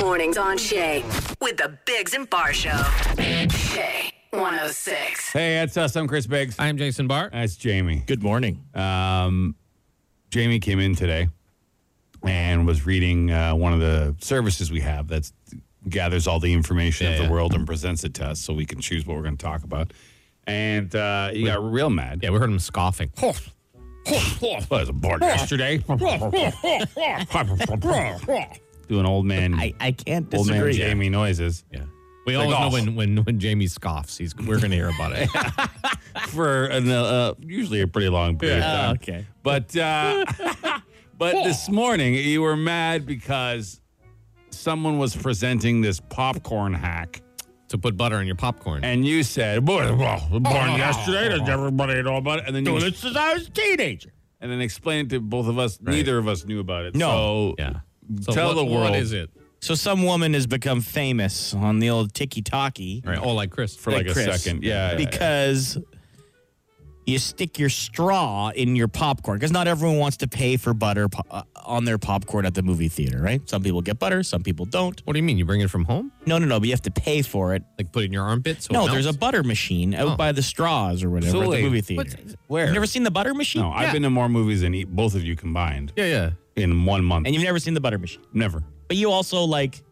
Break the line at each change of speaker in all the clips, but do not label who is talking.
mornings on Shay with the Biggs and Bar Show. oh Shay 106.
Hey, that's us. I'm Chris Biggs.
I'm Jason Barr.
That's Jamie.
Good morning.
Um, Jamie came in today and was reading uh, one of the services we have that gathers all the information of the
yeah.
world and presents it to us so we can choose what we're going to talk about. And uh, he got real mad.
Yeah, we heard him scoffing.
Well, there's a board yesterday. Doing old man,
I can't
old man
Yeah.
Jamie noises.
Yeah. We always
"Oh."
know when, when, when Jamie scoffs, he's we're going to hear about it.
for an, uh, uh, usually a pretty long period of
Yeah. Oh,
time.
okay.
But uh, but this morning you were mad because someone was presenting this popcorn hack,
to put butter on your popcorn.
and you said, "Well, well, born yesterday, does everybody know about it?" And then you,
since I was a teenager.
and then explained to both of us. Neither of us knew about it.
No.
So
Yeah.
Tell
what-
the world.
What is it?
So some woman has become famous on the old Tiki Talkie
All right. Oh, like Chris.
for like, a second, yeah, yeah, yeah.
because you stick your straw in your popcorn because not everyone wants to pay for butter po- uh, on their popcorn at the movie theater, right? Some people get butter, some people don't.
What do you mean? You bring it from home?
No, no, no, but you have to pay for it.
Like put it in your armpit? So it
No,
melts?
there's a butter machine out
Oh.
by the straws or whatever at
Absolutely.
the movie theater.
What's-
where?
You've never seen the butter machine?
No, I've
Yeah.
been to more movies than e- both of you combined
Yeah, yeah.
in one month.
And you've never seen the butter machine.
Never.
But you also like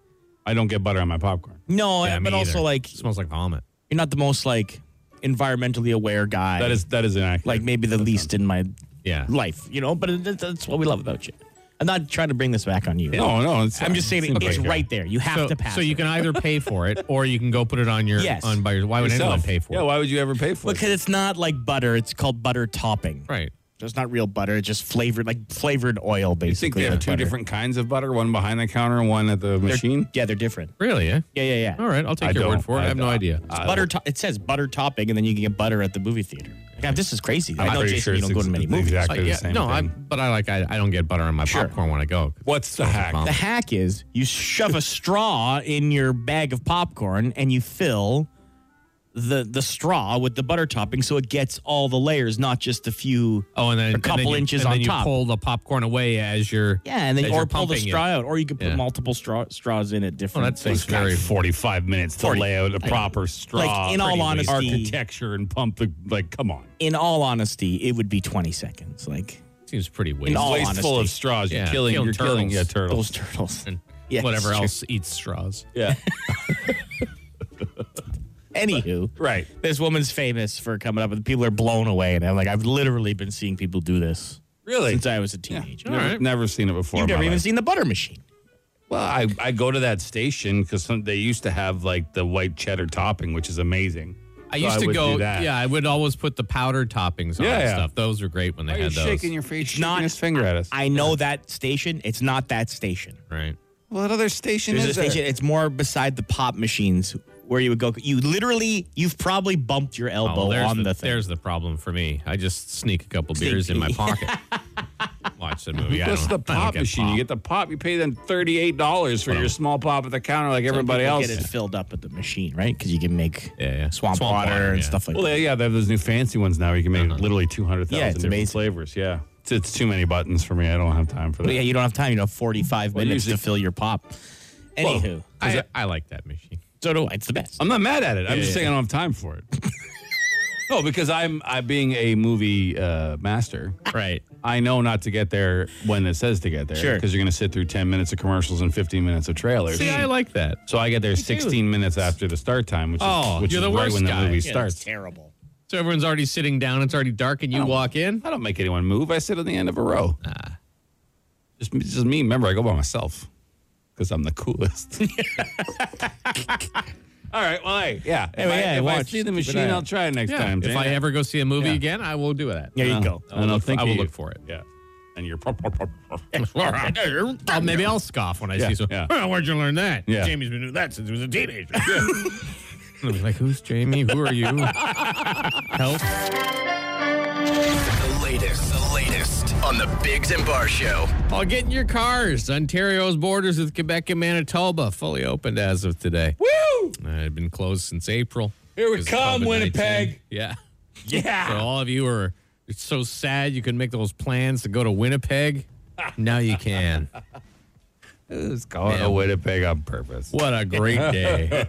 I don't get butter on my popcorn.
no,
yeah me
but also
either.
like
smells like vomit.
you're not the most like environmentally aware guy.
That is that is inaccurate.
like maybe the least in my
Yeah.
life, you know. But it, that's- that's what we love about you. I'm not trying to bring this back on you.
no, no. It's,
I'm just saying it-
okay.
it's right there. You have
So,
to pass.
so you
it.
can either pay for it or you can go put it on your
Yes.
on by your why would anyone pay for
yeah,
it?
why would you ever pay for
because
it?
it's not like butter. It's called butter topping.
right.
So it's not real butter. It's just flavored, like flavored
You
oil,
think
basically.
they have
with
two
butter.
different kinds of butter, one behind the counter and one at the
They're-
machine?
Yeah, they're different.
Really? Yeah.
Yeah, yeah, yeah.
All right. I'll take
I
your
don't-
word for it. I,
I
have no
don't-
idea.
I-
It's butter. To- it says butter topping, and then you can get butter at the movie theater. God, this is crazy. i
I'm
know,
pretty
Jason,
sure
you
it's
don't go to
ex-
many
it's
movies.
Exactly
Like,
the
uh, yeah,
same
no, I,
thing.
but I like I, I don't get butter on my
Sure.
popcorn when I go.
What's the hack?
The hack is you shove a straw in your bag of popcorn and you fill the the straw with the butter topping so it gets all the layers, not just a few.
Oh, and then
a couple
and then you-
inches
and
on
then
top.
You pull the popcorn away as you're
yeah, and then
as
or
you're
pull the
pumping it.
straw out, or you could put
Yeah.
multiple straw, straws in at
Oh,
different.
that thing's
It's
very.
very 45 minutes to
40.
lay out a proper straw.
in all
pretty
honesty-
architecture and pump the like. Come on,
in all honesty, it would be tlenty seconds. Like
Seems pretty
In
wasted.
all
wasteful
honesty.
of straws. You're
Yeah,
killing.
killing
You're killing. Yeah,
turtles.
turtles.
those turtles.
And
Yeah,
whatever
it's true.
else eats straws.
Yeah,
Anywho,
right.
this woman's famous for coming up, and people are blown away. And I'm like, I've literally been seeing people do this
Really?
since I was a teenager.
All
Never,
right.
never seen it before.
You've
in
never
my
even
life.
seen the butter machine.
Well, I, I go to that station because they used to have like the white cheddar topping, which is amazing.
I
So
used to
would
go.
do that.
Yeah, I would always put the powder toppings on
Yeah,
and
yeah.
stuff. Those were great when they
Why are you
had those.
shaking your face? Shaking
not-
his finger at us.
I know that station. It's not that station.
right.
what other station
There's a
is there?
station. It's more beside the pop machines where you would go. You literally, you've probably bumped your
Oh,
elbow
there's
on the,
the,
thing.
there's the problem for me. I just sneak a couple beers in my pocket. Watch the movie. I
What's
don't-
the
I don't
pop
get
machine?
pop.
You get the pop. You pay them thirty-eight dollars for your small pop at the counter, like
Some
everybody
people
else.
Get it filled up at the machine, right? Because you can make
Yeah, yeah.
swamp,
Swamp
water,
water,
and
yeah.
stuff like
Well,
that.
they- yeah, they have those new fancy ones now. You can make literally two hundred thousand
Uh-huh. Yeah, it's
different
amazing.
flavors. Yeah, it's, it's too many buttons for me. I don't have time for that.
But yeah, you don't have time. You have 45
Well,
minutes to
usually-
fill your pop. Anywho, Um,
I, I like that machine.
so do I. It's the best.
I'm not mad at it. I'm
Yeah,
just
yeah,
saying I don't have time for it. no, because I'm I being a movie uh, master.
Right.
I know not to get there when it says to get there.
Sure.
Because you're going to sit through 10 minutes of commercials and 15 minutes of trailers. Hmm.
See, I like that.
so I get there 16 minutes after the start time, which
Oh,
is, which
you're
is
the
right
worst
when
guy.
the movie
Yeah, it's
starts.
terrible.
So everyone's already sitting down. It's already dark, and you walk in.
I don't make anyone move. I sit on the end of a row. Just, it's just me. Remember, I go by myself because I'm the coolest. All right. Well, hey, yeah. If,
Anyway,
I,
yeah,
if I
watch.
see the
Keep an
machine,
eye
I'll
out.
try it next
Yeah.
time.
if
Jane.
I ever go see a movie
Yeah.
again, I will do that.
There you
Uh,
go.
I don't
look-
think
I will
you-
look for it.
Yeah. And you're.
I'll- maybe I'll scoff when I
Yeah,
see some.
yeah.
"Well, where'd you learn that?
Yeah.
Jamie's been doing that since he was a teenager. I'll be like, who's Jamie? Who are you? Help.
The latest, the latest on the Bigs and Bar Show.
I'll get in your cars. Ontario's borders with Quebec and Manitoba fully opened as of today.
Woo!
Uh, it had been closed since April.
Here we
Because of
come,
COVID-19.
Winnipeg.
Yeah.
Yeah.
So all of you are it's so sad you couldn't make those plans to go to Winnipeg. Now you can.
It's going to Winnipeg on purpose.
What a great day.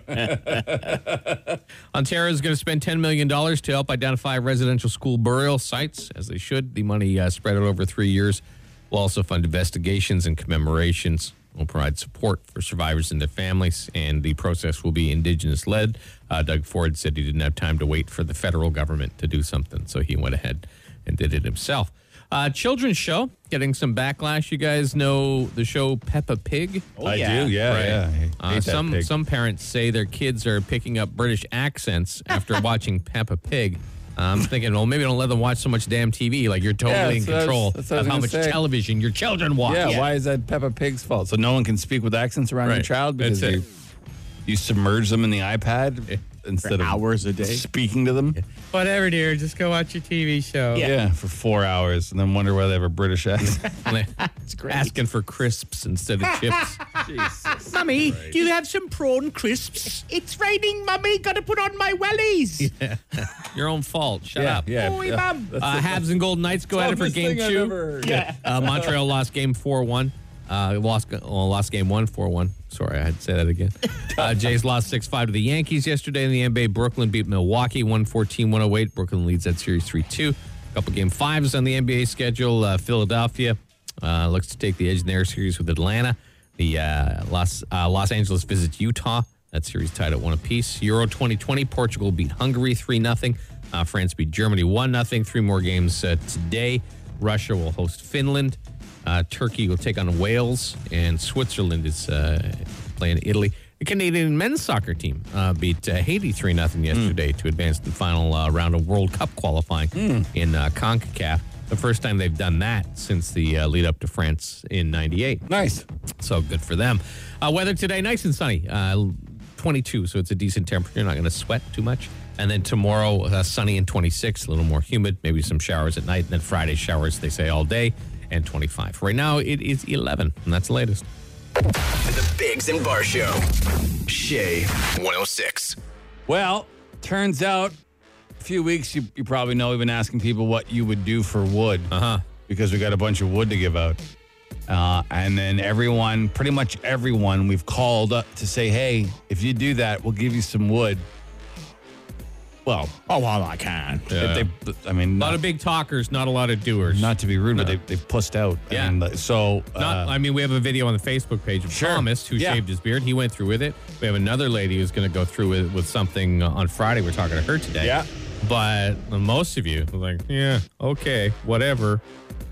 Ontario is going to spend $10 million to help identify residential school burial sites, as they should. The money uh, spread out over three years will also fund investigations and commemorations. Will provide support for survivors and their families, and the process will be Indigenous led. Uh, Doug Ford said he didn't have time to wait for the federal government to do something, so he went ahead and did it himself. Uh, children's show getting some backlash. You guys know the show Peppa Pig.
I
yeah.
do, yeah,
Right.
yeah. I hate
Uh,
that
some
pig.
some parents say their kids are picking up British accents after watching Peppa Pig. Uh, I'm thinking, well, maybe don't let them watch so much damn TV. Like you're
Yeah,
totally in
that's what I was-
control
that's what I
of
was
how
gonna
much
say.
television your children watch.
yeah, why is that Peppa Pig's fault? So no one can speak with accents around your
Right.
child
That's
because you,
it.
you submerge them in the iPad instead of
hours a day.
speaking to them.
Whatever, dear. Just go watch your TV show.
Yeah. for four hours and then wonder why they have a British accent.
It's great. Asking for crisps instead of chips.
Mummy, do you have some prawn crisps? It's raining, Mummy. Got to put on my wellies.
Your own fault. Shut
yeah,
up.
yeah.
Oi,
yeah.
Mum.
Uh, Habs and Golden Knights go at it for
Toughest
game
thing I've
two.
ever heard.
uh, Montreal lost game 4 1. Uh, lost, well, lost game 1 4 1. Sorry, I had to say that again. Uh, Jays lost 6 5 to the Yankees yesterday in the NBA. Brooklyn beat Milwaukee 114 108. Brooklyn leads that series 3 2. Couple game fives on the NBA schedule. Uh, Philadelphia uh, looks to take the edge in their series with Atlanta. The uh, Los, uh, Los Angeles visits Utah. That series tied at one apiece. Euro 2020, Portugal beat Hungary 3 0. Uh, France beat Germany 1 0. Three more games uh, today. Russia will host Finland. Uh, Turkey will take on Wales. And Switzerland is uh, playing Italy. The Canadian men's soccer team uh, beat uh, Haiti 3 0 yesterday to advance to the final uh, round of World Cup qualifying in uh, CONCACAF. The first time they've done that since the uh, lead up to France in 98.
Nice.
So good for them. Uh, weather today, nice and sunny. Uh, 22, so it's a decent temperature. You're not going to sweat too much. And then tomorrow, uh, sunny and 26, a little more humid, maybe some showers at night. And then Friday, showers, they say, all day and 25. Right now, it is 11, and that's the latest.
The Bigs and Bar Show. Shay 106.
Well, turns out a few weeks you, you probably know we've been asking people what you would do for wood. Uh-huh. Because we got a bunch of wood to give out. Uh, and then everyone, pretty much everyone we've called up to say, hey, if you do that, we'll give you some wood. Well,
Oh, well, I can.
if they, I mean,
A lot
not,
of big talkers, not a lot of doers.
not to be rude, but they, they pussed out. I
Yeah.
mean, like, so, uh,
Not, I mean, we have a video on the Facebook page of
Sure.
Thomas who
Yeah.
shaved his beard. He went through with it. We have another lady who's going to go through with, with something uh, on Friday. We're talking to her today.
Yeah.
But most of you are like, yeah, okay, whatever.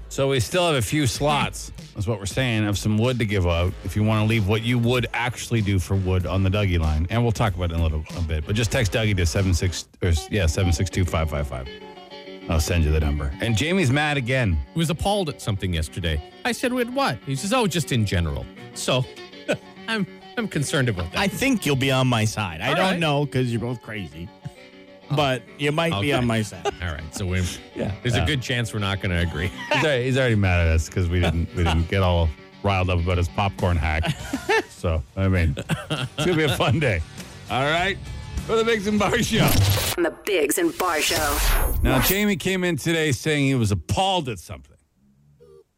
so we still have a few slots, is what we're saying, of some wood to give out if you want to leave what you would actually do for wood on the Dougie line. And we'll talk about it in a little a bit, but just text Dougie to 76, or, yeah, 762-555. I'll send you the number. And Jamie's mad again.
He was appalled at something yesterday. I said, with what? He says, oh, just in general. So I'm I'm concerned about that.
I think you'll be on my side. I
All
don't
right. Oh.
know because you're both crazy, but you might
Okay.
be on my side.
All right, so we
Yeah.
there's a good chance we're not going to agree.
He's already, he's already mad at us because we didn't we didn't get all riled up about his popcorn hack. so I mean, it's gonna be a fun day. All right, for the Bigs and Bar Show.
On the Bigs and Bar Show.
Now Jamie came in today saying he was appalled at something.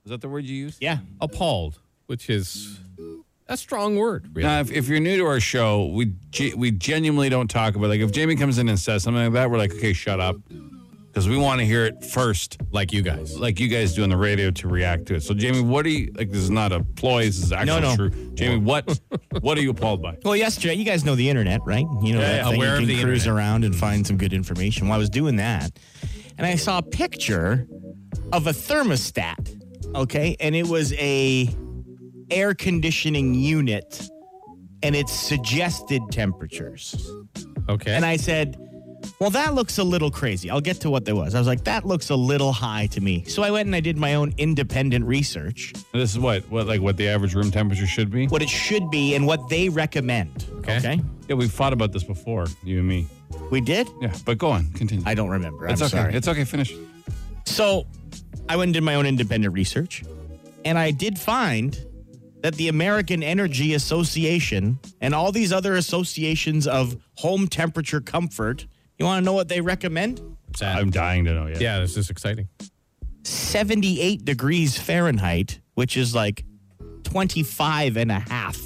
Is that the word you used?
Yeah.
appalled, which is a strong word, really.
Now, if, if you're new to our show, we ge- we genuinely don't talk about like if Jamie comes in and says something like that, we're like, okay, shut up, because we want to hear it first,
like you guys.
like you guys do on the radio to react to it. So Jamie, what are you like? This is not a ploy. This is actually
no.
true. Jamie, what what are you appalled by?
Well, yesterday, you guys know the internet, right? You know
Yeah,
that
yeah,
thing
aware of
you can
the
cruise
internet.
around and find some good information. Well, I was doing that, and I saw a picture of a thermostat. Okay, and it was a air conditioning unit, and it's suggested temperatures.
Okay.
And I said, Well, that looks a little crazy. I'll get to what there was. I was like, That looks a little high to me. So I went and I did my own independent research,
This is what what like what the average room temperature should be.
what it should be and what they recommend.
Okay.
Yeah, we've fought about this before, you and me.
We did?
Yeah, but go on, continue.
I don't remember.
it's
I'm
okay.
sorry.
It's okay. Finish.
So I went and did my own independent research, and I did find that the American Energy Association and all these other associations of home temperature comfort, you want to know what they recommend?
Sad.
I'm dying to know. Yeah.
yeah, this is exciting.
78 degrees Fahrenheit, which is like 25 and a half.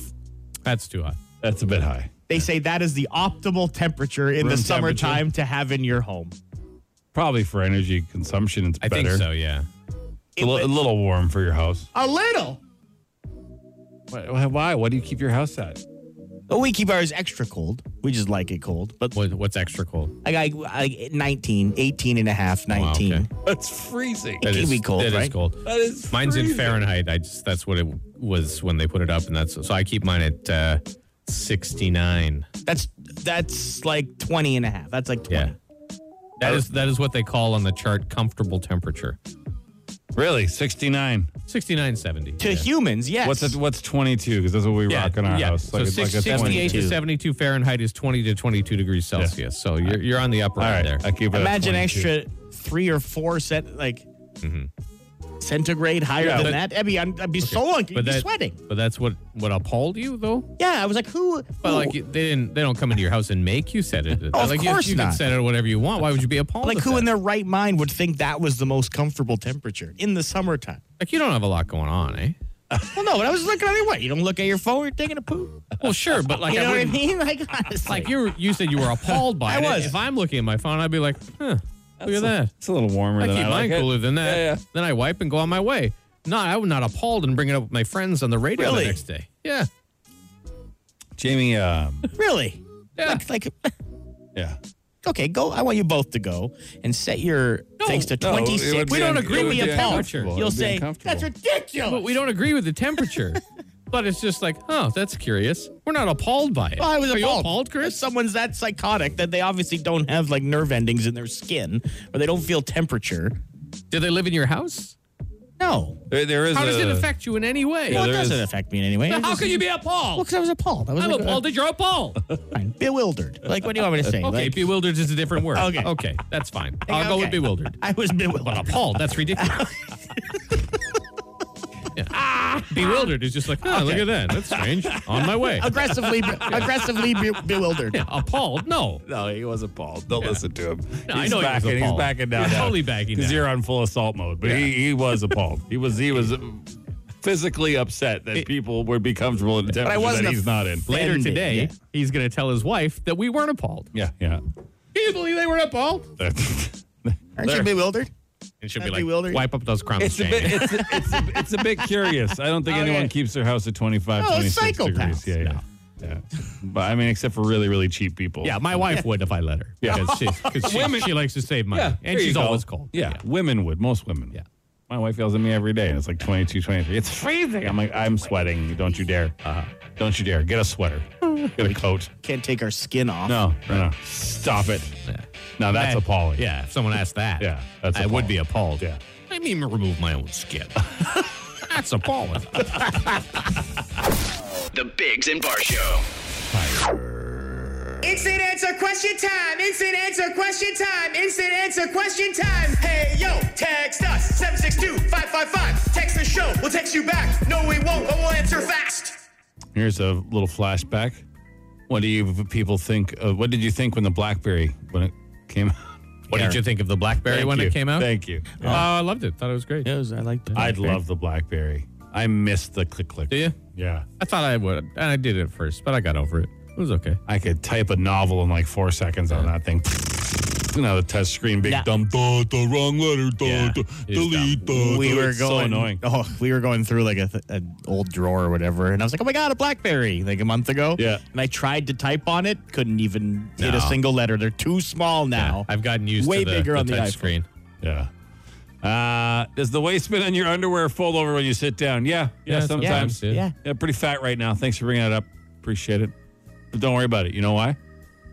That's too hot.
That's a bit high.
They say that is the optimal temperature in the
Room
summertime to have in your home.
Probably for energy consumption, it's
I
better.
think so, yeah.
It's a, li- a little warm for your house.
uh,
A little.
Why? why? What do you keep your house at?
But we keep ours extra cold. We just like it cold. But
What, what's extra cold?
I got like 19, 18 and a half,
wow,
19.
okay.
That's freezing.
It can be cold,
that is
right?
cold.
That is
Mine's in
freezing.
Fahrenheit. I just that's what it was when they put it up, and that's so I keep mine at uh, sixty nine.
That's that's like 20 and a half. That's like 20.
Yeah, that is that is what they call on the chart comfortable temperature.
Really, sixty nine.
69, 70.
To
yeah.
humans, yes.
What's it, what's twenty two? Because that's what we
Yeah,
rock in our
yeah.
house.
So
Like, it's
six-
like a 20.
68 to
22.
72 Fahrenheit is 20 to 22 degrees Celsius. So you're, you're on the upper
All
end
right,
there.
I keep it. at
Imagine
22.
extra three or four cent like
Mm-hmm.
centigrade higher
Yeah,
than
but-
that. I'd be, I'd be so un-
but
you'd be
that-
sweating.
But that's what what appalled you though.
Yeah, I was like, who?
But
who-
like you- they didn't they don't come into your house and make you set it.
Of
like
course
you, you
not.
can set it whatever you want. Why would you be appalled?
like
at
who
that?
in their right mind would think that was the most comfortable temperature in the summertime?
like you don't have a lot going on, eh?
Well, no, but I was looking at it. What? You don't look at your phone. You're taking a poop.
Well, sure, but like
You know what I
wouldn't-
mean? Like, honestly.
Like you were, you said you were appalled by
I
it.
was.
If I'm looking at my phone, I'd be like, huh, look at that.
It's a little warmer
I
than
keep
I
mine
like it.
cooler than that.
Yeah, yeah.
Then I wipe and go on my way. No, I was not appalled and bring it up with my friends on the radio
Really?
the next day. Yeah.
Jamie, um,
really?
Yeah.
Like, like,
yeah.
okay, go. I want you both to go and set your things to
No, it would
26.
be
We
un-
don't agree
it would
with
be
the
uncomfortable.
temperature.
It would
You'll
be
say,
uncomfortable.
that's ridiculous.
But we don't agree with the temperature. but it's just like, oh, that's curious. We're not appalled by it.
Well, I was
Are you
appalled.
appalled,
If
Chris?
someone's that psychotic that they obviously don't have like nerve endings in their skin or they don't feel temperature.
Do they live in your house?
No.
There, there is
How does
a,
it affect you in any way?
Well, it
there
doesn't
is-
affect me in any way.
How can you be
Well,
appalled?
because I was appalled. I was
I'm
like, uh,
appalled that you're appalled.
fine, bewildered. Like, what do you want me to say?
Okay,
Like,
bewildered is a different word.
Okay.
Okay, that's fine. I'll go with
okay.
bewildered.
I was
But
bewildered.
appalled, that's ridiculous. Yeah. Bewildered is just like, oh, look
Okay.
at that. That's strange. On my way.
aggressively, aggressively be- bewildered.
Appalled? No.
No, he was appalled. Don't listen to him.
No, I
he's
know he was
backing, he's
appalled.
backing down.
He's totally backing
Because
down.
you're on full assault mode. But he, he was appalled. He was he was physically upset that people would be comfortable in a temperature
I wasn't
that he's not in.
Later
Offended,
today,
yeah.
he's going to tell his wife that we weren't appalled.
Yeah, yeah.
Can you believe they weren't appalled?
That's-
Aren't
There.
you bewildered?
And she'll be
That's
like,
bewildering.
wipe up those crumbs,
it's a
Jamie.
bit it's a, it's a, it's a bit curious. I don't think
Okay.
anyone keeps their house at 25,
Oh,
26
psychopaths.
degrees. Yeah, yeah. yeah. But I mean, except for really, really cheap people.
yeah, my wife would if I let her.
Yeah.
Because she, 'cause she, she likes to save money.
Yeah, there
and
you
she's
go.
always cold.
Yeah, women would. Most women.
Yeah.
My wife yells at me every day, and it's like 22, 23. It's freezing. I'm like, I'm sweating. Don't you dare. Uh, don't you dare. Get a sweater. Get a coat.
Can't take our skin off.
No, no, no. Stop it. No, that's
Eh,
appalling.
Yeah, if someone asked that,
Yeah, that's
I would be
appalling.
appalled.
Yeah.
I mean, remove my own skin. that's appalling.
The Bigs and Bar Show.
Instant answer question time. Instant answer question time. Instant answer question time. Hey yo, text us 762-555. Text the show. We'll text you back. No, we won't, but we'll answer fast.
Here's a little flashback. What do you people think? Uh, what did you think when the BlackBerry when it came out?
What did you think of the BlackBerry
Thank
when
you.
it came out?
Thank you.
Oh, I loved it. Thought it was great.
It was, I like that.
I'd love the BlackBerry. I miss the click click.
Do you?
Yeah.
I thought I would, and I did it at first, but I got over it. It was okay.
I could type a novel in like four seconds on that thing. You know, the touch screen, big
Yeah.
dumb, duh, duh, wrong letter, duh,
Yeah,
duh,
it is
delete, duh,
we
duh.
were
It's
going.
so annoying.
Oh, we were going through like a th- an old drawer or whatever, and I was like, "Oh my god, a BlackBerry!" Like a month ago.
Yeah.
And I tried to type on it, couldn't even hit
No.
a single letter. They're too small now.
I've gotten used
Way
to the,
bigger
the
on the
touch
iPhone.
screen.
Yeah. Uh, does the waistband on your underwear fold over when you sit down? Yeah. Yeah,
Yeah,
sometimes.
sometimes, yeah.
yeah. pretty fat right now. Thanks for bringing that up. Appreciate it. But don't worry about it. You know why?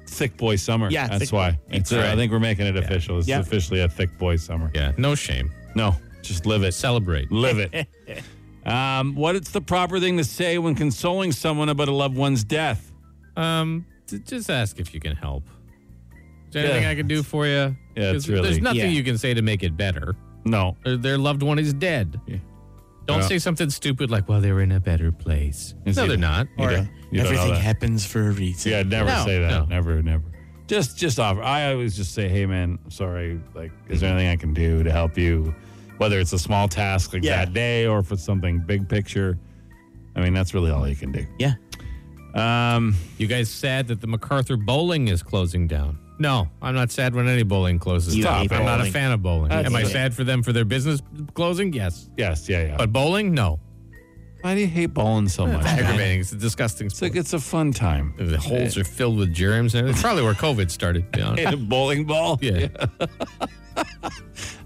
Thick boy summer.
Yeah,
That's
thick-
why. It's, uh,
right.
I think we're making it official. This
Yeah.
is officially a thick boy summer.
Yeah, no shame.
No, just live it.
Celebrate.
Live it. um, what is the proper thing to say when consoling someone about a loved one's death?
Um, j- just ask if you can help. Is there
Yeah.
anything I can do for you?
Yeah, it's
'Cause
really-
There's nothing
Yeah.
you can say to make it better.
No.
Their, their loved one is dead. Don't
Yeah.
say something stupid like, "Well, they were in a better place."
Yes,
no,
you
they're
do.
not.
You
Or,
don't- you don't know
everything
that.
happens for a reason.
Yeah, never
No.
say that.
no.
Never, never. Just, just offer. I always just say, "Hey, man, I'm sorry. Like, is there anything I can do to help you? Whether it's a small task like
Yeah.
that day, or if it's something big picture, I mean, that's really all you can do.
Yeah.
Um,
You guys sad that the MacArthur Bowling is closing down? No, I'm not sad when any bowling closes.
You
down.
hate
I'm not a
bowling.
fan of bowling.
That's
Am I
okay.
sad for them for their business closing? Yes.
yes, yeah, yeah.
But bowling? No.
why do you hate bowling so much?
Aggravating. It's a disgusting
It's like
sport.
it's a fun time.
the holes are filled with germs. and It's probably where COVID started. to be honest.
Hit a bowling ball.
Yeah.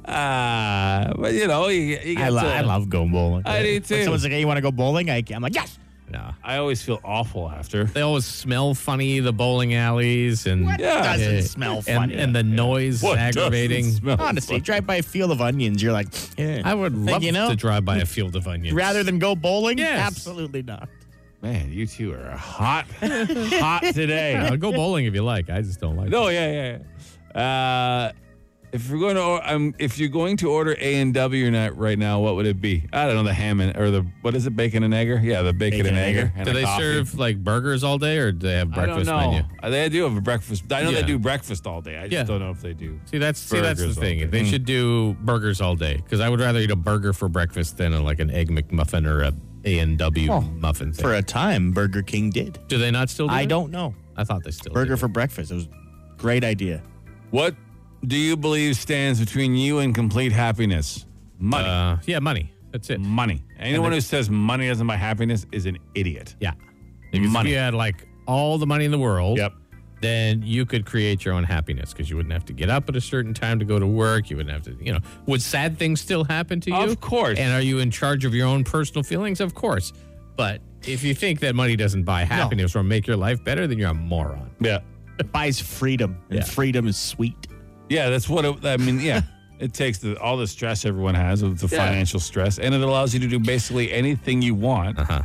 Ah, but you know, you, you
I,
get
lo-
to-
I love going bowling.
I do
When
too.
someone's like, hey, you want to go bowling? I, I'm like, yes.
No.
I always feel awful after.
They always smell funny, the bowling alleys. and
What
Yeah.
doesn't
Ah, Yeah.
smell
and,
funny?
and the noise is aggravating.
Honestly, drive by a field of onions. You're like, eh.
I would
Think
love
you know?
to drive by a field of onions.
rather than go bowling?
Yes.
Absolutely not.
man, you two are hot, hot today.
Yeah, go bowling if you like. I just don't like it.
No, yeah, yeah. yeah. Uh, if you're going to, or, um, if you're going to order A and W night right now, what would it be? I don't know the ham and or the what is it, bacon and egger? Yeah, the bacon,
Bacon
and
and
egger.
egger.
and
Do
a
they
coffee.
serve like burgers all day or do they have breakfast
I don't know.
menu?
Uh, They do have a breakfast. I know
Yeah.
they do breakfast all day. I just
Yeah.
don't know if they do.
See that's see that's the
Burgers all
thing.
day. Hmm.
They should do burgers all day because I would rather eat a burger for breakfast than a, like an egg McMuffin or a A and W muffin. Thing.
For a time, Burger King did.
do they not still? do
I
that?
don't know.
I thought they still
Burger
did.
for breakfast. It was a great idea.
What do you believe stands between you and complete happiness? Money.
Uh, yeah, money. That's it.
money. Anyone who says money doesn't buy happiness is an idiot.
Yeah, Because
Money.
If you had like all the money in the world.
Yep.
Then you could create your own happiness because you wouldn't have to get up at a certain time to go to work. You wouldn't have to, you know. Would sad things still happen to you?
Of course.
And are you in charge of your own personal feelings? Of course. But if you think that money doesn't buy happiness or make your life better, then you're a moron.
Yeah.
It buys freedom, and
Yeah.
freedom is sweet.
Yeah, that's what it, I mean. Yeah. it takes the, all the stress everyone has of the financial stress, and it allows you to do basically anything you want. Uh-huh.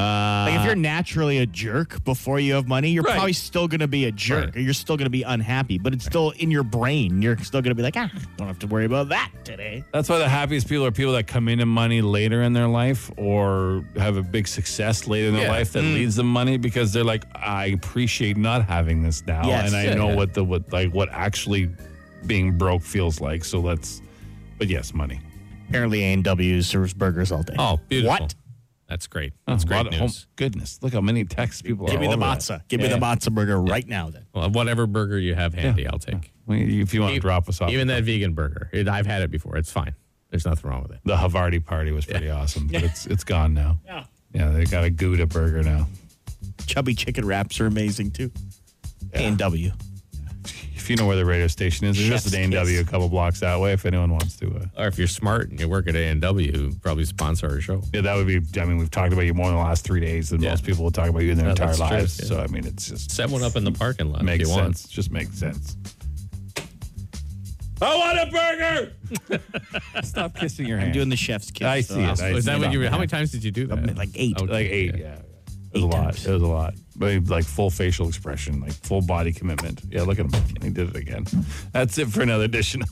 Uh,
Like if you're naturally a jerk before you have money, you're
Right.
probably still going to be a jerk,
Right.
or you're still going to be unhappy. But it's still in your brain. You're still going to be like, ah, don't have to worry about that today.
That's why the happiest people are people that come into money later in their life or have a big success later in their
Yeah. Mm.
life that leads them money because they're like, I appreciate not having this now,
Yes.
and I
Yeah,
know
yeah.
what the what like what actually being broke feels like. So let's, but yes, money.
Apparently, A and W serves burgers all day.
Oh, beautiful.
What?
That's great. That's
Oh,
great
what- oh,
news.
goodness, look how many texts people
Give
are
me the
over that.
matzah. Give me
Oh, Yeah.
the matzah burger right now. Then
Well, whatever burger you have handy, I'll take.
Well, If you want to
E-
drop us off,
Even that vegan burger. It, I've had it before. It's fine. There's nothing wrong with it.
the Havarti party was pretty awesome, but it's it's gone now. Yeah, yeah, they got a Gouda burger now.
chubby chicken wraps are amazing too. A and W.
If you know where the radio station is, there's
Chef's
just an A W a
kiss.
couple blocks that way. If anyone wants to, uh,
Or if you're smart and you work at A&W, probably sponsor our show.
yeah, that would be. I mean, we've talked about you more in the last three days than
Yeah.
most people will talk about you in their
No,
entire
that's true,
lives.
yeah.
So I mean, it's just
Set one up in the parking lot
makes
if you
sense.
want.
Just makes sense. I want a burger. Stop kissing your hand.
I'm doing the chef's kiss. uh,
I
so
see it.
that's-
I
Oh, Is that
see
what
it.
you? How many times did you do that?
Like eight.
Okay.
like eight. Yeah, it was a
Eight
lot.
times.
It was a lot. But he- like full facial expression, like full body commitment. Yeah, look at him. And he did it again. That's it for another edition. of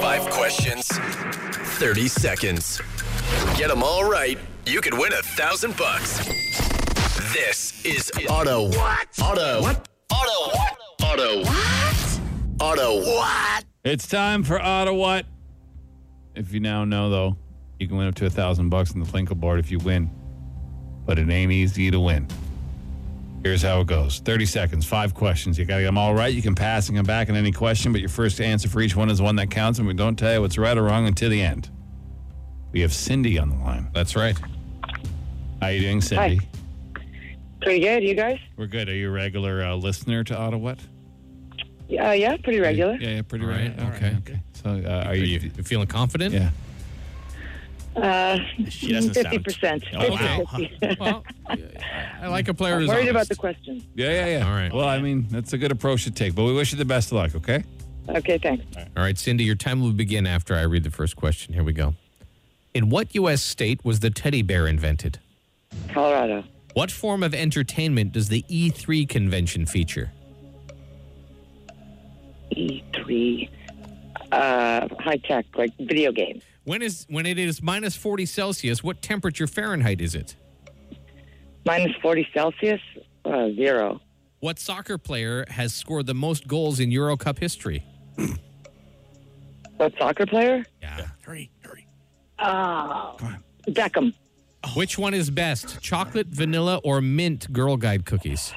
Five questions, 30 seconds. Get them all right, you could win a thousand bucks. This is Auto What? Auto What? Auto What? Auto What? Auto What?
It's time for Ottawa. If you now know, though, you can win up to a thousand bucks on the Flinkle board if you win. But it ain't easy to win. Here's how it goes 30 seconds, five questions. You got to get them all right. You can pass and come back on any question, but your first answer for each one is one that counts, and we don't tell you what's right or wrong until the end. We have Cindy on the line.
That's right.
How you doing, Cindy?
Pretty good, you guys?
We're good. Are you a regular uh, listener to Ottawa?
Uh, yeah, pretty regular.
Yeah, yeah, pretty
All right,
right.
all
Okay,
right,
okay. So, uh, are
Are you
you?
feeling confident?
Yeah.
She doesn't sound-
50%.
Oh, wow.
50-50.
Well, I- I like a player who's
Worried about
honest.
the questions.
Yeah, yeah, yeah.
All right.
Well, I mean, that's a good approach to take, but we wish you the best of luck, okay?
Okay, thanks.
All right, Cindy, your time will begin after I read the first question. Here we go. In what U.S. state was the teddy bear invented?
Colorado.
What form of entertainment does the E3 convention feature?
E3. E Uh, high tech, like video games.
When is when it is minus 40 Celsius, what temperature Fahrenheit is it?
Minus 40 Celsius, uh, zero.
What soccer player has scored the most goals in Euro Cup history?
What soccer player?
Yeah.
Hurry, hurry.
Beckham.
Oh.
Which one is best, chocolate, vanilla, or mint Girl Guide cookies?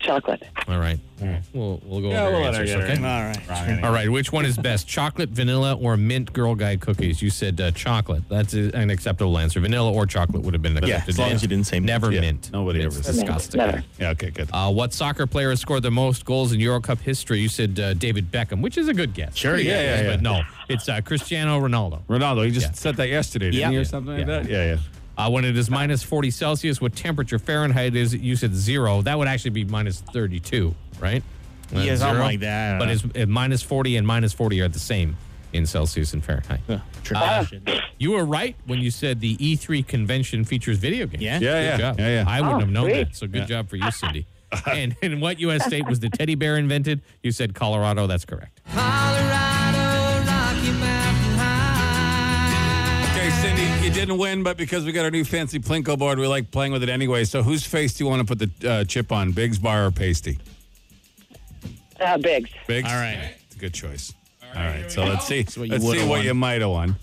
Chocolate.
All right.
Hmm.
We'll, we'll go over
we'll
our
let her
answers,
get her
okay?
All right.
All right, which one is best, chocolate, vanilla, or mint Girl Guide cookies? You said uh, chocolate. That's a- an acceptable answer. Vanilla or chocolate would have been an
Yeah,
accepted
as long as
answer.
you didn't say mint.
never
Yeah,
mint.
nobody
It's
ever says
disgusting.
Never.
Yeah, okay, good.
Uh, what soccer player has scored the most goals in Euro Cup history? You said uh, David Beckham, which is a good guess.
Sure, yeah,
Good
yeah,
guess,
yeah.
But no, it's uh, Cristiano Ronaldo.
Ronaldo, he just
Yeah.
said that yesterday, didn't
Yeah.
he, or something like
Yeah.
that? Yeah, yeah.
Uh, when it is minus 40 Celsius, what temperature Fahrenheit is, you said zero. That would actually be minus 32, right? Uh,
Yeah, something like that, I don't
But
know.
it's uh, minus 40 and minus 40 are the same in Celsius and Fahrenheit.
Uh-huh.
You were right when you said the E3 convention features video games.
Yeah?
Yeah,
Good
yeah.
job.
Yeah, yeah.
I wouldn't
Oh,
have known
sweet.
that. So good job for you, Cindy. and in what U.S. state was the teddy bear invented? You said Colorado. That's correct.
Okay, Cindy, you didn't win, but because we got our new fancy Plinko board, we like playing with it anyway. So, whose face do you want to put the uh, chip on, Biggs Bar or Pasty?
Uh, Biggs.
Biggs.
All right.
it's a good choice. All right, so let's see.
what you
let's
would've
see what
won.
you might have won.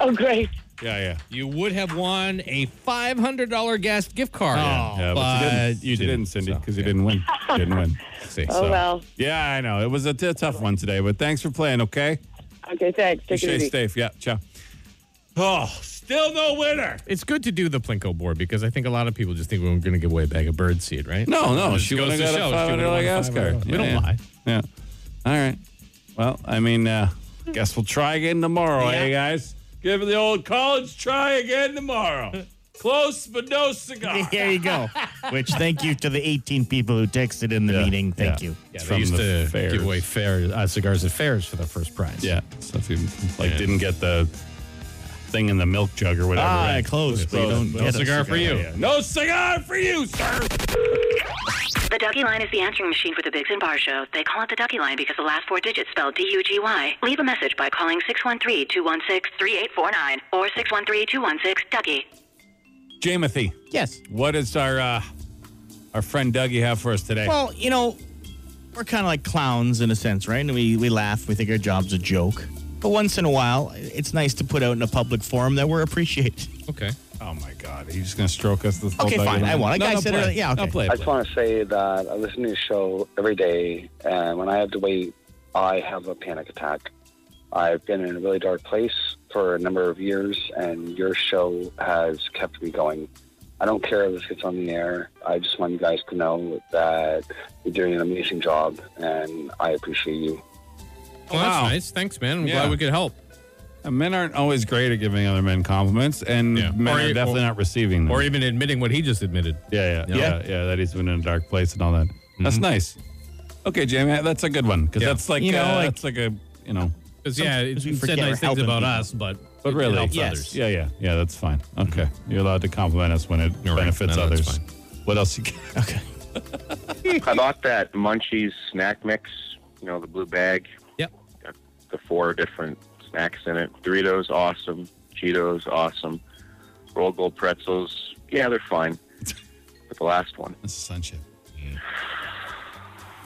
Oh, great.
Yeah, yeah.
You would have won a $500 gas gift card.
yeah, Oh, but you didn't, you didn't Cindy, because you didn't win. You didn't win. See,
Oh, well.
Yeah, I know. It was a t- tough one today, but thanks for playing, okay?
Okay, thanks. Take
Stay
it easy.
safe. Yeah, ciao. Oh, still no winner.
It's good to do the Plinko board because I think a lot of people just think we're going to give away a bag of bird seed, right?
No, no.
Just
She
goes
would have
to
got a
show, she
$500
would've won
gas
$500.
card.
We don't
yeah.
lie.
Yeah. All right. Well, I mean, uh, guess we'll try again tomorrow, eh, guys? Give the old college try again tomorrow. Close, but no cigar.
There you go. Which thank you to the 18 people who texted in the meeting. Thank
Yeah.
you.
Yeah,
It's
they
from
used
the
to
fairs.
give away fair, uh, cigars at fairs for the first prize.
Yeah. So if you like didn't get the thing in the milk jug or whatever.
Ah,
right?
close, but you don't
no
get a
cigar, for
cigar,
you.
yeah.
No cigar for you, sir.
The Ducky Line is the answering machine for the Biggs and Bar Show. They call it the Ducky Line because the last four digits spell D-U-G-Y. Leave a message by calling 613-216-3849 or 613-216-DUCKY.
Jamathy,
Yes.
what does our uh, our friend Dougie have for us today?
Well, you know, we're kind of like clowns in a sense, right? And we, we laugh. We think our job's a joke. But once in a while, it's nice to put out in a public forum that we're appreciated.
Okay.
oh my God, he's just gonna stroke us this whole
Okay,
Dougie
fine, I
line?
won. Like
No,
I
no,
said
play.
earlier- yeah,
No,
okay.
play,
I just
play.
want to say that I listen to your show every day, and when I have to wait, I have a panic attack. I've been in a really dark place for a number of years, and your show has kept me going. I don't care if this gets on the air. I just want you guys to know that you're doing an amazing job, and I appreciate you.
Well,
Wow.
that's nice. Thanks, man. I'm
Yeah. Uh,
glad we could help.
Men aren't always great at giving other men compliments, and
Yeah.
men
Or
are
you-
definitely
or-
not receiving them.
Or even admitting what he just admitted.
yeah, yeah,
Yeah. Mm-hmm.
yeah, yeah, That he's been in a dark place and all that. That's nice. Okay, Jamie, that's a good one because
Yeah.
that's like
You know,
uh,
like-
that's like a you know.
Because, yeah, it's,
we
you said
forget
nice
we're
things
helping
about
people.
us, but,
But
it
really,
helps
yes.
others. Mm-hmm.
Yeah, yeah, yeah. That's fine. Okay, you're allowed to compliment us when it
You're right.
benefits
No, that's
others.
fine.
What else you got?
Okay.
I bought that Munchies snack mix, you know, the blue bag,
Yep.
the four different snacks in it. Doritos, awesome. Cheetos, awesome. Rolled gold pretzels, yeah, they're fine. But the last one,
This is sunship.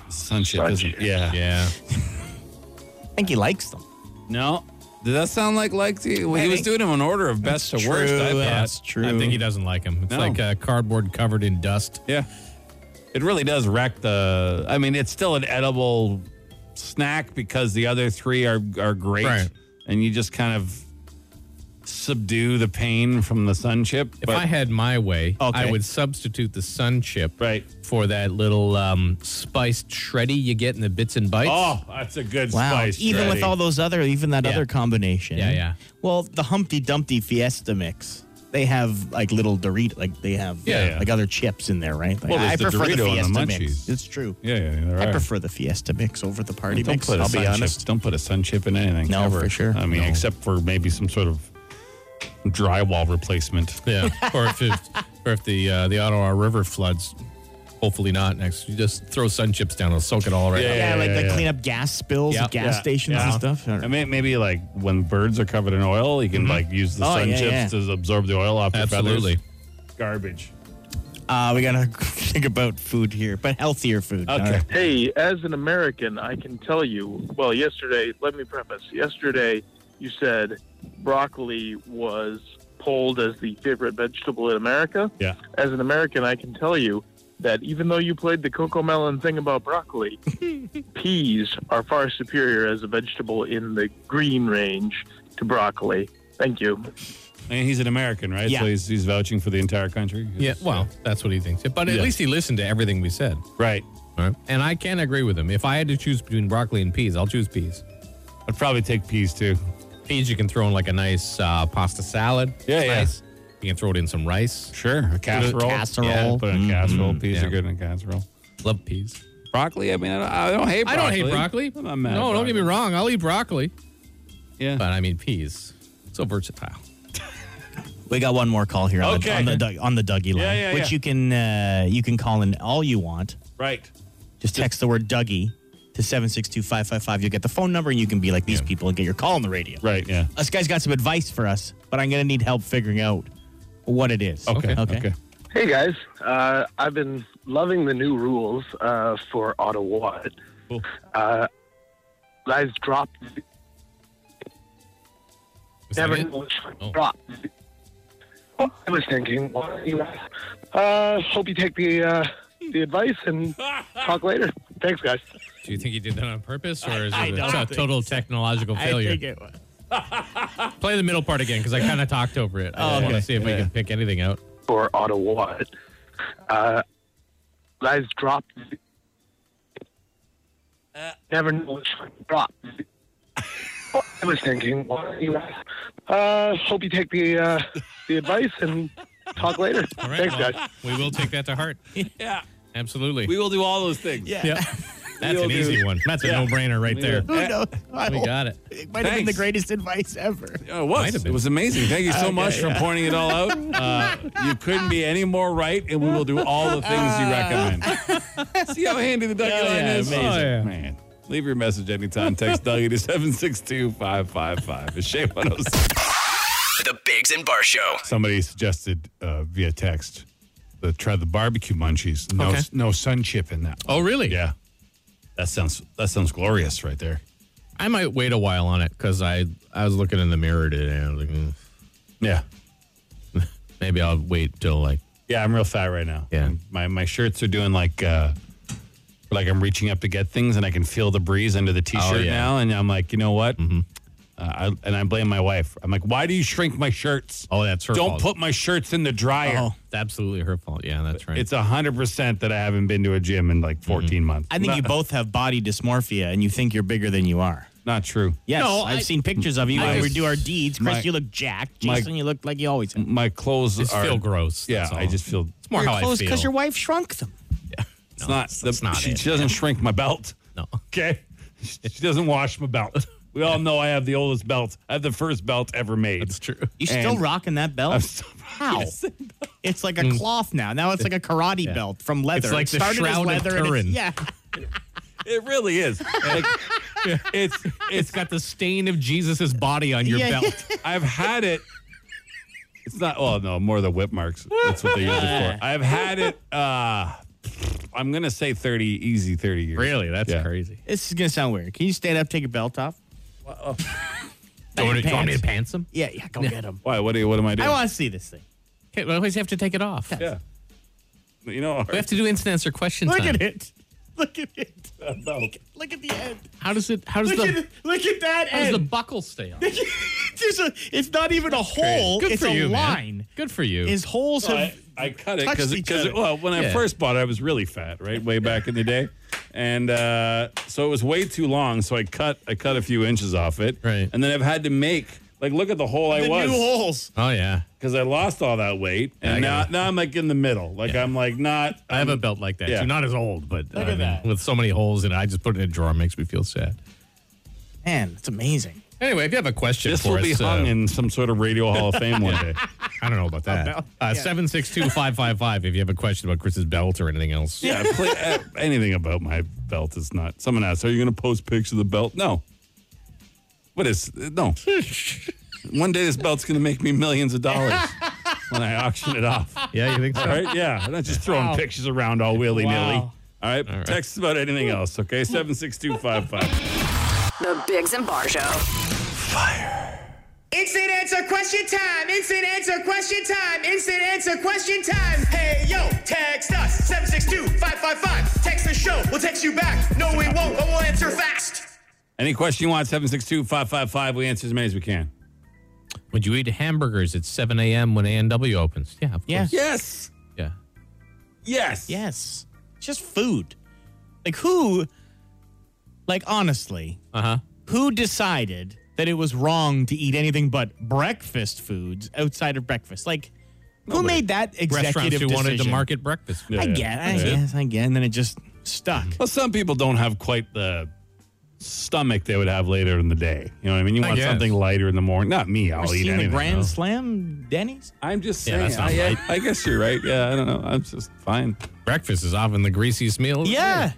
Sunship
Sunship.
isn't. Yeah.
Yeah.
I think he likes them.
No. Did that sound like like to you? Well, he
I
was
think-
doing him an order of best to worst. I thought.
That's true.
I think he doesn't like him. It's
No.
like uh, cardboard covered in dust.
Yeah. It really does wreck the. I mean, it's still an edible snack because the other three are are great,
Right.
and you just kind of subdue the pain from the sun chip.
If I had my way,
Okay.
I would substitute the sun chip
Right.
for that little um, spiced shreddy you get in the bits and bites.
oh, that's a good
Wow.
spice.
even
Freddy.
with all those other, even that
Yeah.
other combination.
Yeah, yeah.
Well, the Humpty Dumpty Fiesta mix. They have like little Dorito, like they have uh,
Yeah, yeah.
like other chips in there, right? Like,
Well, there's
I
the
prefer the
Dorito and
Fiesta
the Munchies.
mix. It's true.
Yeah, yeah, yeah, there
I
are.
prefer the Fiesta mix over the party
Don't
mix.
put a
I'll be
sun
honest.
Chip, don't put a sun chip in anything.
No,
ever.
for sure.
I mean,
No.
except for maybe some sort of drywall replacement.
Yeah, or if it, or if the uh, the Ottawa River floods, hopefully not next. You just throw sun chips down; it'll soak it all right.
Yeah,
up.
Yeah, like
yeah,
the
yeah.
clean up gas spills
Yeah.
at gas
Yeah,
stations
yeah.
and stuff.
I mean, maybe like when birds are covered in oil, you can like use the
Oh,
sun
yeah,
chips to absorb the oil off their feathers.
Absolutely.
Garbage.
Uh, we gotta think about food here, but healthier food. all right?
Hey, as an American, I can tell you. Well, yesterday, let me preface. Yesterday, you said broccoli was polled as the favorite vegetable in America.
Yeah.
As an American, I can tell you that even though you played the cocoa melon thing about broccoli, peas are far superior as a vegetable in the green range to broccoli. Thank you.
And he's an American, right?
Yeah.
So he's, he's vouching for the entire country.
Yeah, well, that's what he thinks. But at
Yeah.
least he listened to everything we said.
Right.
All right. And I can agree with him. If I had to choose between broccoli and peas, I'll choose peas.
I'd probably take peas too.
Peas you can throw in like a nice uh, pasta salad.
Yeah,
It's
yeah.
nice. You can throw it in some rice.
Sure, a casserole.
casserole. Mm-hmm.
Yeah, put in a casserole.
Mhm.
Peas
Yeah.
are good in a casserole.
Love peas.
Broccoli. I mean, I don't, I don't hate.
I
Broccoli.
don't hate broccoli.
I'm not mad
no,
at
don't get me
broccoli.
wrong. I'll eat broccoli.
Yeah.
But I mean, peas. So versatile.
We got one more call here on,
Okay.
the, on the Doug- on the Dougie line,
Yeah, yeah,
which
yeah.
you can uh, you can call in all you want.
Right.
Just text the word Dougie to seven six two five five five. You'll get the phone number, and you can be like these people and get your call on the radio.
Right. Yeah.
This guy's got some advice for us, but I'm gonna need help figuring out what it is.
Okay.
Okay.
Hey guys, uh, I've been loving the new rules uh, for Auto Watt.
Cool.
Uh, guys, drop.
Is that
Never
it? Oh.
drop. Oh, I was thinking. why don't you- Uh, hope you take the uh, the advice and talk later. Thanks, guys.
Do you think he did that on purpose, or is
I
it
don't
a
think
total technological failure?
it was.
Play the middle part again because I kind of talked over it. I
Oh,
just want
okay.
to see if we can pick anything out.
For Auto Watt. Uh, guys, drop.
Uh.
Never know which one to drop. Oh, I was thinking. why don't you- Uh, hope you take the uh, the advice and talk later.
All right,
Thanks,
well,
guys.
we will take that to heart.
Yeah.
Absolutely.
We will do all those things.
Yeah.
Yep. That's an
will
easy
do.
one. That's a
Yeah.
no-brainer right there.
Who knows? I
Eh, We
don't-
got it.
It might have been the
Thanks.
greatest advice ever.
Yeah, Uh, it
Might
was.
have
It
been.
was amazing. Thank you so much for pointing it all out. Uh, you couldn't be any more right, and we will do all the things you recommend. See how handy the Dougie
Oh,
line
yeah,
is?
amazing.
Oh, yeah.
Man, leave your message anytime. Text Dougie to 762 555. It's Shea 106.
The Bigs and Bar Show.
Somebody suggested uh, via text the try the barbecue munchies. No,
Okay.
no sun chip in that.
Oh, really?
Yeah, that sounds that sounds glorious right there.
I might wait a while on it because I I was looking in the mirror today. And I was like, "Mm,
Yeah,
maybe I'll wait till like
yeah. I'm real fat right now.
Yeah.
my my shirts are doing like uh, like I'm reaching up to get things, and I can feel the breeze under the t-shirt
Oh, yeah.
now. And I'm like, you know what? Mm-hmm. Uh, I, and I blame my wife. I'm like, why do you shrink my shirts?
oh that's her
Don't
fault.
put my shirts in the dryer.
Oh.
It's absolutely her fault. Yeah, that's right.
It's hundred percent that I haven't been to a gym in
Mm-hmm.
like 14 months.
I think you both have body dysmorphia, and you think you're bigger than you are.
Not true.
Yes,
No,
I've
I-
seen pictures of you.
I
when we
just-
do our deeds. Chris,
my-
you look jacked.
my-
Jason, you look like you always. Have.
My clothes
Just
are
feel gross,
Yeah,
that's all.
I just feel
It's more how I feel.
because your wife shrunk them.
It's not. The,
that's not
she
it.
doesn't shrink my belt.
no.
Okay, she doesn't wash my belt. We all know I have the oldest belt. I have the first belt ever made.
It's true.
You still
And-
rocking that belt?
I'm so-
How? It's like a cloth now. Now it's like a karate belt from leather.
Mm. It's like
It
the
started as
Shroud of
leather and it's-
Turin.
Yeah.
it really is. Like, it's
It's
it's.
got the stain of Jesus's body on your
Yeah.
belt.
I've had it. It's not. Oh no, more the whip marks. That's what they use it for. I've had it. uh I'm gonna say 30, easy 30 years.
Really? That's
Yeah.
crazy.
This is going to sound weird. Can you stand up, take your belt off?
Do you, want to- do you want me to
Pants.
pants him?
Yeah, yeah, go get him.
Why? What do you? What am I doing?
I want to see this thing.
Okay, we always have to take it off.
yeah. You know.
We have to do instant answer question
Look
time.
at it. Look at it.
that belt.
Look at the end.
How does it? How does
Look,
the?
at, look at that
How does the
end.
buckle stay on?
There's a, it's not even a hole.
Good
it's
for
a
you, man.
line.
Good for you.
His holes
Well,
have.
I, I cut it
touched
because
each
because
other.
well, when I
Yeah.
first bought it, I was really fat, right, way back in the day, and uh, so it was way too long. So I cut I cut a few inches off it,
Right.
and then I've had to make like look at the hole I
the new
was
holes.
oh yeah.
because I lost all that weight, and
Yeah, I
now
get it.
now I'm like in the middle, like I'm like not.
I have a belt like that
Yeah.
too. Not as old, but I
at
mean,
that.
with so many holes in it, I just put it in a drawer. It Makes me feel sad.
Man, it's amazing.
Anyway, if you have a question
This
for
will be
us,
hung
uh,
in some sort of radio hall of fame one day.
I don't know about that. Uh, Seven six two five five five. If you have a question about Chris's belt or anything else,
Yeah, play, uh, anything about my belt is not. Someone asked, "Are you going to post pics of the belt?" No. What is no? One day this belt's going to make me millions of dollars. when I auction it off.
Yeah, you think so?
All right, yeah. I'm not just throwing
Wow.
pictures around all willy nilly.
Wow.
All right, text about anything else, okay? 76255.
The Biggs and Bar Show.
Instant answer question time. Instant answer question time. Instant answer question time.
Hey, yo, text us 762 555. Text the show. We'll text you back. No, we won't, but we'll answer fast.
Any question you want, 762 555. We answer as many as we can.
Would you eat hamburgers at 7 a.m. when A&W opens? Yeah, of
Yes.
course.
Yes.
Yeah.
Yes.
Yes. Just food. Like who like honestly,
uh-huh.
Who decided that it was wrong to eat anything but breakfast foods outside of breakfast? Like who made that executive
Restaurants who wanted to
decision?
market breakfast.
I get, I guess, I get, and then it just stuck.
Well, some people don't have quite the stomach they would have later in the day. You know what I mean? You
I
want
guess.
something lighter in the morning. Not me. I'll
Ever
eat
seen
anything.
the Grand
though.
Slam Denny's?
I'm just
Yeah,
saying.
that's not
I,
light.
I guess you're right. Yeah, I don't know. I'm just fine.
Breakfast is often the greasiest meal. of the
Yeah.
day.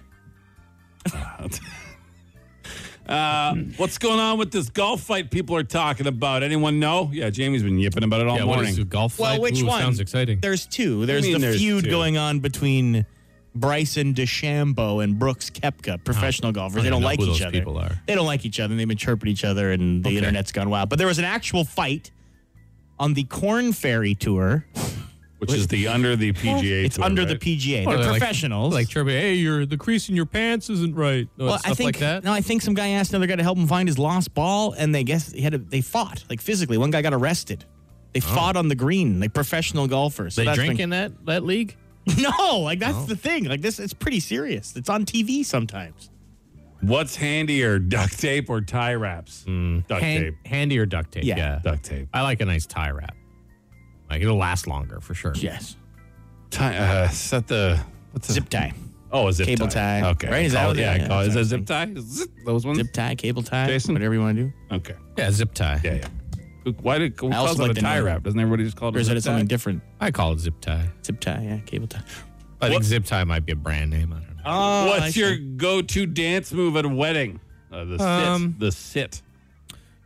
Uh, what's going on with this golf fight people are talking about? Anyone know? Yeah, Jamie's been yipping about it all
Yeah, what
morning.
is the golf
Well, fight? which Ooh, one? sounds
exciting.
There's two. There's
mean
the
there's
feud
two?
going on between Bryson DeChambeau and Brooks Kepka, professional golfers.
I
They
don't
don't
know
like
who
each
those
other.
people are.
They don't like each other and they've interpreted each other and the
Okay.
internet's gone wild. But there was an actual fight on the Corn Ferry Tour.
Which is the under the PGA.
It's
tour,
under
right?
the PGA.
Well,
They're
like-
professionals.
Like, chirping, hey, you're, the crease in your pants isn't right. No,
well,
stuff
I think
like that.
no. I think some guy asked another guy to help him find his lost ball, and they guess he had a, they fought like physically. One guy got arrested. They fought on the green, like professional golfers.
Oh.
So
they
that's been-
drink in that, that league?
No, like that's the thing. Like this, it's pretty serious. It's on TV sometimes.
What's handier, duct tape or tie wraps? Duct
Hand-
tape.
Handy or duct tape?
Hmm. Yeah. Uh,
Duct tape.
I like a nice tie wrap. Like it'll last longer for sure.
Yes,
Tie, uh, set the what's the,
zip tie,
Oh, a zip
Cable tie.
Okay,
Right, is that
Call-
what they-
yeah?
yeah,
call- is that
that's
zip tie? Zip, those ones.
zip tie, cable tie,
Mm. Jason?
whatever you want to do.
Okay.
Yeah, zip tie.
Yeah, yeah. Who- Why did who
I also
calls
like
it a
to
tie
know-
wrap? Doesn't everybody just call it?
Or
a
is
zip
it
tie?
something different?
I call it zip tie.
Zip tie, yeah, cable tie.
I think
What-
zip tie might be a brand name. I don't know.
Oh,
What's your go-to dance move at a wedding? Uh, the
Um,
sit. The sit.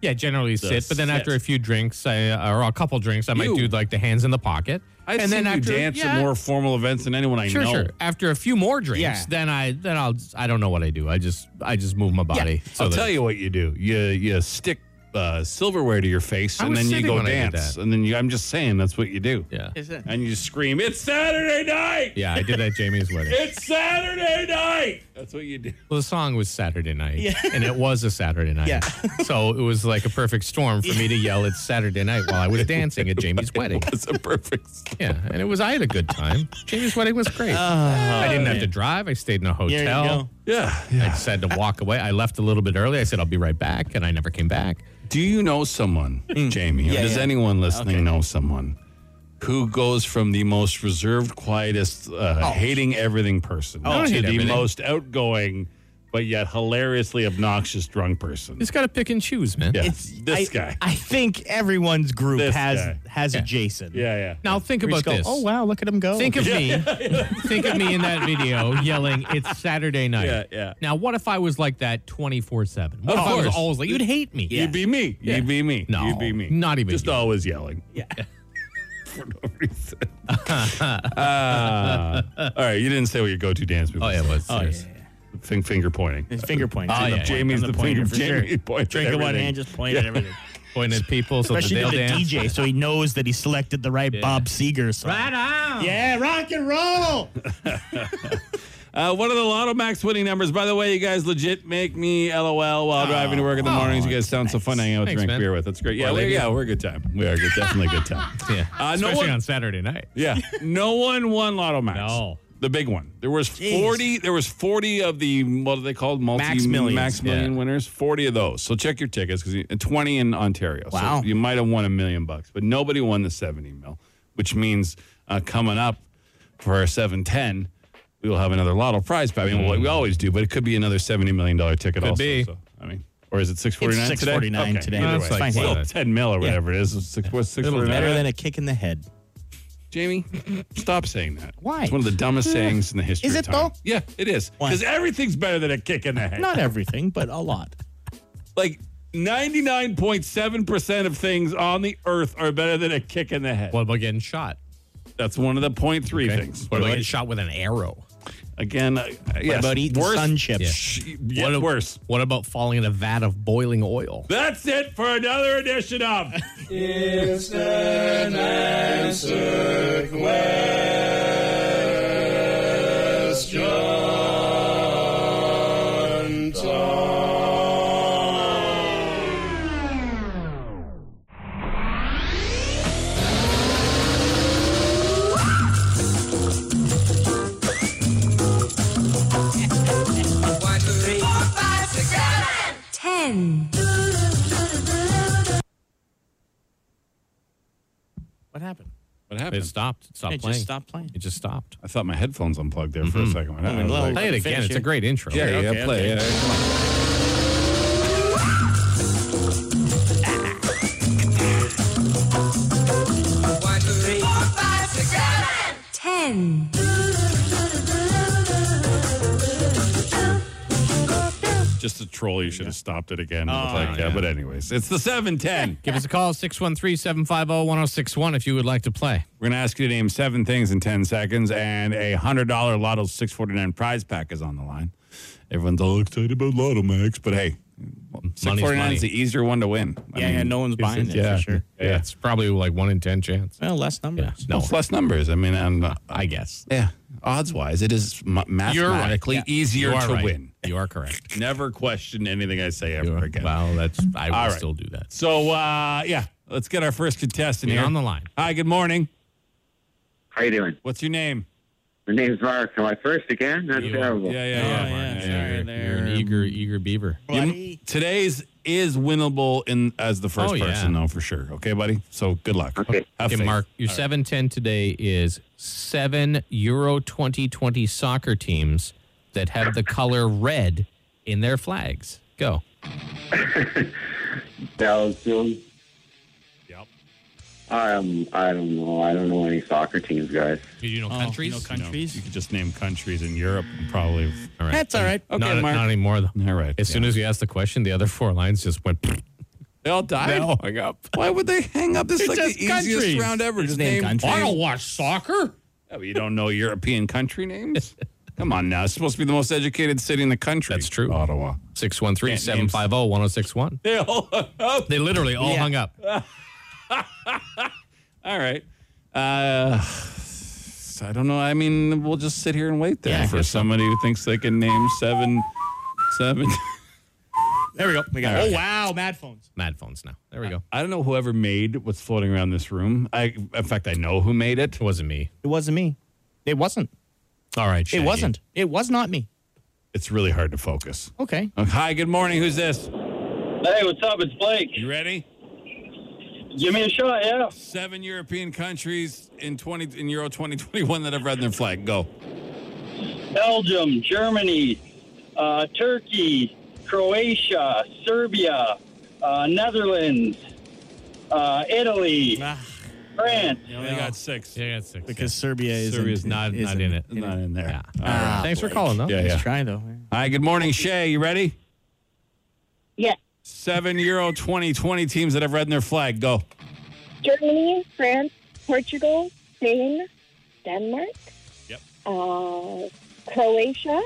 Yeah, generally
The
sit, but then
sit.
after a few drinks, I, or a couple drinks, I might
You.
do like the hands in the pocket.
I've
and
seen
then
you
after
dance
yeah,
at more formal events than anyone I
Sure,
know.
sure. After a few more drinks,
Yeah.
then I then I'll I don't know what I do. I just I just move my body.
I'll
that-
tell you what you do. You you stick uh, silverware to your face
I
and
was
then you
sitting
go
when I did
dance.
that.
And then you, I'm just saying that's what you do.
Yeah.
And you just scream, "It's Saturday night!
Yeah, I did that at Jamie's wedding.
It's Saturday night!" That's what you do.
Well, the song was Saturday night, and it was a Saturday night.
Yeah.
so it was like a perfect storm for me to yell "It's Saturday night" while I was dancing at Jamie's wedding.
It's a perfect.
Yeah, and it was I had a good time. Jamie's wedding was great. I didn't have to drive. I stayed in a
There you
hotel.
go.
Yeah,
I
yeah.
decided to walk away. I left a little bit early. I said I'll be right back, and I never came back.
Do you know someone,
Hmm.
Jamie? or
Yeah,
does
yeah.
anyone listening know someone who goes from the most reserved, quietest, uh, hating everything person
Oh. I don't
to
hate
the
everything.
most outgoing, but yet hilariously obnoxious drunk person?
Just gotta pick and choose, man.
Yeah,
It's
this
I-
guy.
I think everyone's group
This
has
guy.
has a Jason.
yeah, yeah.
Now think
Where you
about
just go,
this.
Oh wow, look at him go.
Think of me. think of me in that video yelling, "It's Saturday night."
Yeah, yeah.
Now, what if I was like that twenty four seven? What
Of
if I was
course.
always like, "You'd hate me."
You'd be me.
Yeah.
You'd be me.
No,
You'd be me.
not even
Just
you.
always yelling. Yeah. For no reason. Uh, all right. You didn't say what your go to dance move
Oh, yeah, it was.
oh, yeah, yeah,
serious.
yeah.
Fing- finger pointing.
His finger points.
Oh,
I'm
yeah,
the point-
Ah, Jamie's
I'm
the finger-
pointer for
Jamie points at
Drink in one
everything.
hand, just point at everything.
Pointing at people so that
Especially
they'll
to the
dance.
DJ, so he knows that he selected the right Bob Seger song. Right on. Yeah, rock and roll.
Uh, what are the Lotto Max winning numbers? By the way, you guys legit make me LOL while driving to work in the mornings. You guys sound so fun hanging out to
Oh, Thanks,
drink
man.
beer with. That's great. Yeah,
Well,
we're,
ladies.
yeah, we're a good time. We are good, definitely a good time.
Yeah,
Uh, no
especially
one-
on Saturday night.
Yeah, no one won Lotto Max.
No.
the big one. There was forty. There was forty of the what are they called? Multi
Max millions.
Max million
Yeah.
winners. Forty of those. So check your tickets because twenty in Ontario.
Wow.
So you might have won a million bucks, but nobody won the seventy mil, which means uh, coming up for our seven ten. We will have another lotto prize. But I mean, well, we always do, but it could be another seventy million dollar ticket.
Could
also,
be.
So, I mean, or is it six forty nine today?
It's 649 today.
Either
That's
way,
like
it's still
what?
ten mil or whatever it is. It's Six, what's six forty nine?
Better than a kick in the head.
Jamie, stop saying that.
Why?
It's one of the dumbest sayings in the history.
Is
of
it,
time.
though?
Yeah, it is.
Why?
Because everything's better than a kick in the head.
Not everything, but a lot.
like 99.7% of things on the earth are better than a kick in the head. What
about getting shot?
That's one of the point three
Okay.
things.
What about getting shot with an arrow?
Again, uh, yes, worse- Sh- yeah,
what,
worse.
worse. What about falling in a vat of boiling oil?
That's it for another edition of
Ten.
What happened?
What happened?
It stopped. It stopped
It just
playing.
stopped playing.
It just stopped.
I thought my headphones unplugged there for a
Mhm.
second.
Oh,
Mm-hmm. I was
well, play it again.
finish
It's a great intro.
Yeah,
Okay,
yeah,
okay,
play
okay.
it. Come on.
Ten.
Just a troll. You should have stopped it again.
Oh,
like that.
yeah.
But anyways, it's the 710.
Give us a call, 613 750 1061, if you would like to play.
We're going to ask you to name seven things in 10 seconds, and a $100 Lotto 649 prize pack is on the line. Everyone's all excited about Lotto Max, but hey, 649
money.
is the easier one to win.
Yeah, yeah, no one's
it's-
buying it, for sure.
Yeah, yeah.
It's probably like one in 10 chance.
Well, less numbers. Oh,
No, it's less numbers. I mean, I'm, uh,
I guess.
yeah, odds wise, it is ma- mathematically
Yeah.
easier
You are
to
right.
win.
You are correct.
Never question anything I say ever again.
Well, that's, I will
All right.
still do that.
So, uh, yeah, let's get our first contestant
You're
here.
on the line.
Hi, good morning.
How you doing?
What's your name?
My name's Mark. Am I first again? That's terrible.
Yeah,
Oh,
yeah, yeah. Martin, yeah, you're-
You're an eager, eager beaver.
You- today's is winnable in as the first
Oh, yeah.
person, though, for sure. Okay, buddy. So good luck. Okay,
Okay, Mark, your 710 today is seven Euro 2020 soccer teams that have the color red in their flags. Go.
Belgium.
Yep.
Um, I don't know. I don't know any soccer teams, guys.
you know countries?
Oh, countries. you could just name countries in Europe. And probably.
All right.
That's all right.
Not, not anymore, though.
All right.
As soon as you asked the question, the other four lines just went.
They all
They
died.
all hung up.
Why would they hang up? This is
It's
like
just
the easiest
countries.
round ever.
Just
Just
name
name
countries.
I don't
watch soccer.
Yeah, but Oh, you don't know European country names? Come on now. It's supposed to be the most educated city in the country.
That's true.
Ottawa.
613 750 1061.
They all hung up.
They literally all
Yeah.
hung up.
All right. Uh, I don't know. I mean, we'll just sit here and wait there
Yeah, I
for
guess so.
somebody who thinks they can name seven, seven.
There we go. We got
All right.
it. Oh, wow. Mad phones.
Mad phones now. There we go.
I don't know whoever made what's floating around this room. I, in fact, I know who made it.
It wasn't me.
It wasn't me. It wasn't.
All right.
It
Shaggy.
wasn't. It was not me.
It's really hard to focus.
Okay.
Uh, Hi, good morning. Who's this?
Hey, what's up? It's Blake.
You ready?
Give me a shot, yeah.
Seven European countries in twenty in Euro twenty twenty one that have red in their flag. Go.
Belgium, Germany, uh, Turkey, Croatia, Serbia, uh, Netherlands, uh, Italy, France.
You only got six.
Yeah, that's six.
Because Serbia is
Serbia's
not- not in it.
Not in there. All
All
right.
right. Thanks for calling, though.
Yeah,
Ah, Nice
yeah.
try, though.
Hi, good morning, Shay. You ready?
Yes.
Seven Euro 2020 teams that have red in their flag. Go.
Germany, France, Portugal, Spain, Denmark.
Yep.
Uh, Croatia.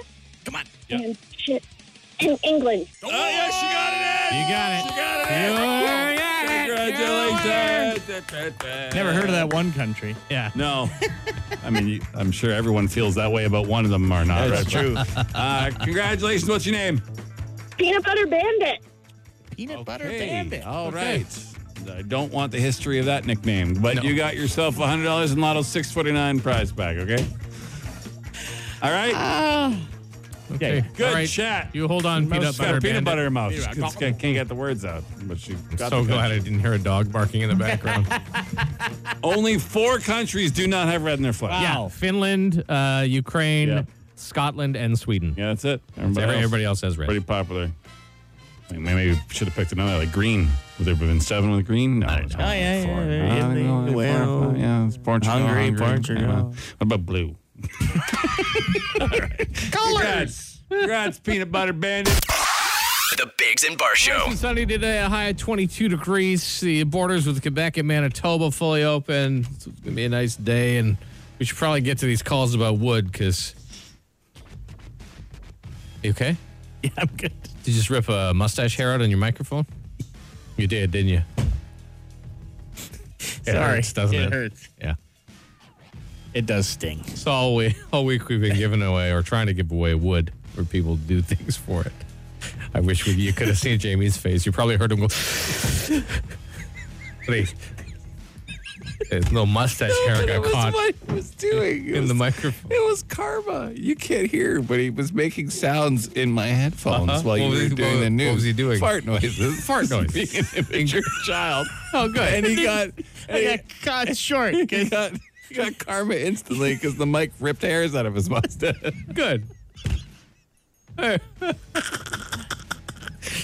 Come on.
And shit. And England.
Oh, yeah, she got it.
You got it.
She got it. Congratulations.
Never heard of that one country. Yeah.
No. I mean, you- I'm sure everyone feels that way about one of them or not.
That's
right?
true.
Uh, congratulations. What's your name?
Peanut Butter Bandit.
Peanut butter
Hey,
bandit.
all
Okay.
right. I don't want the history of that nickname, but
No.
you got yourself $100 in Lotto 649 prize bag, okay? All right.
Okay.
Good
Uh, All right.
chat.
You hold on,
Mouse
peanut
has got
butter.
peanut
bandit.
butter in her mouth.
Yeah,
She just can't, can't get the words out, but she got
So
the
glad I didn't hear a dog barking in the background.
Only four countries do not have red in their flag.
Yeah, Finland, uh, Ukraine,
Yep.
Scotland, and Sweden.
Yeah, that's it.
Everybody, everybody else has red.
pretty popular. I mean, maybe we should have picked another like green. Would there have been seven with green? No. it's
Oh,
only
yeah,
four. I
yeah,
don't
Italy,
know, only four.
well,
yeah, it's Portugal,
Hungary,
Hungary,
Portugal.
yeah. What about blue? Colors. Congrats, Congrats, peanut butter bandit.
The Biggs and Bar Show.
It's sunny today, a high of 22 degrees. The borders with Quebec and Manitoba fully open. It's going to be a nice day, and we should probably get to these calls about wood because. You okay?
Yeah, I'm good.
Did you just rip a mustache hair out on your microphone? You did, didn't you? It
Sorry.
hurts, doesn't it?
It hurts.
Yeah.
It does sting.
So all week, all week we've been giving away or trying to give away wood where people do things for it. I wish we, you could have seen Jamie's face. You probably heard him go. But he- his little mustache hair got caught
he was doing.
in the microphone.
It was karma. You can't hear, but he was making sounds in my headphones
Uh-huh.
while you
What was
were
he-
doing
what-
the news.
what was he doing?
Fart noises.
Fart noises.
Being an immature child.
Oh, good.
And he got.
I got caught short.
He got, he got karma instantly because the mic ripped hairs out of his mustache.
Good.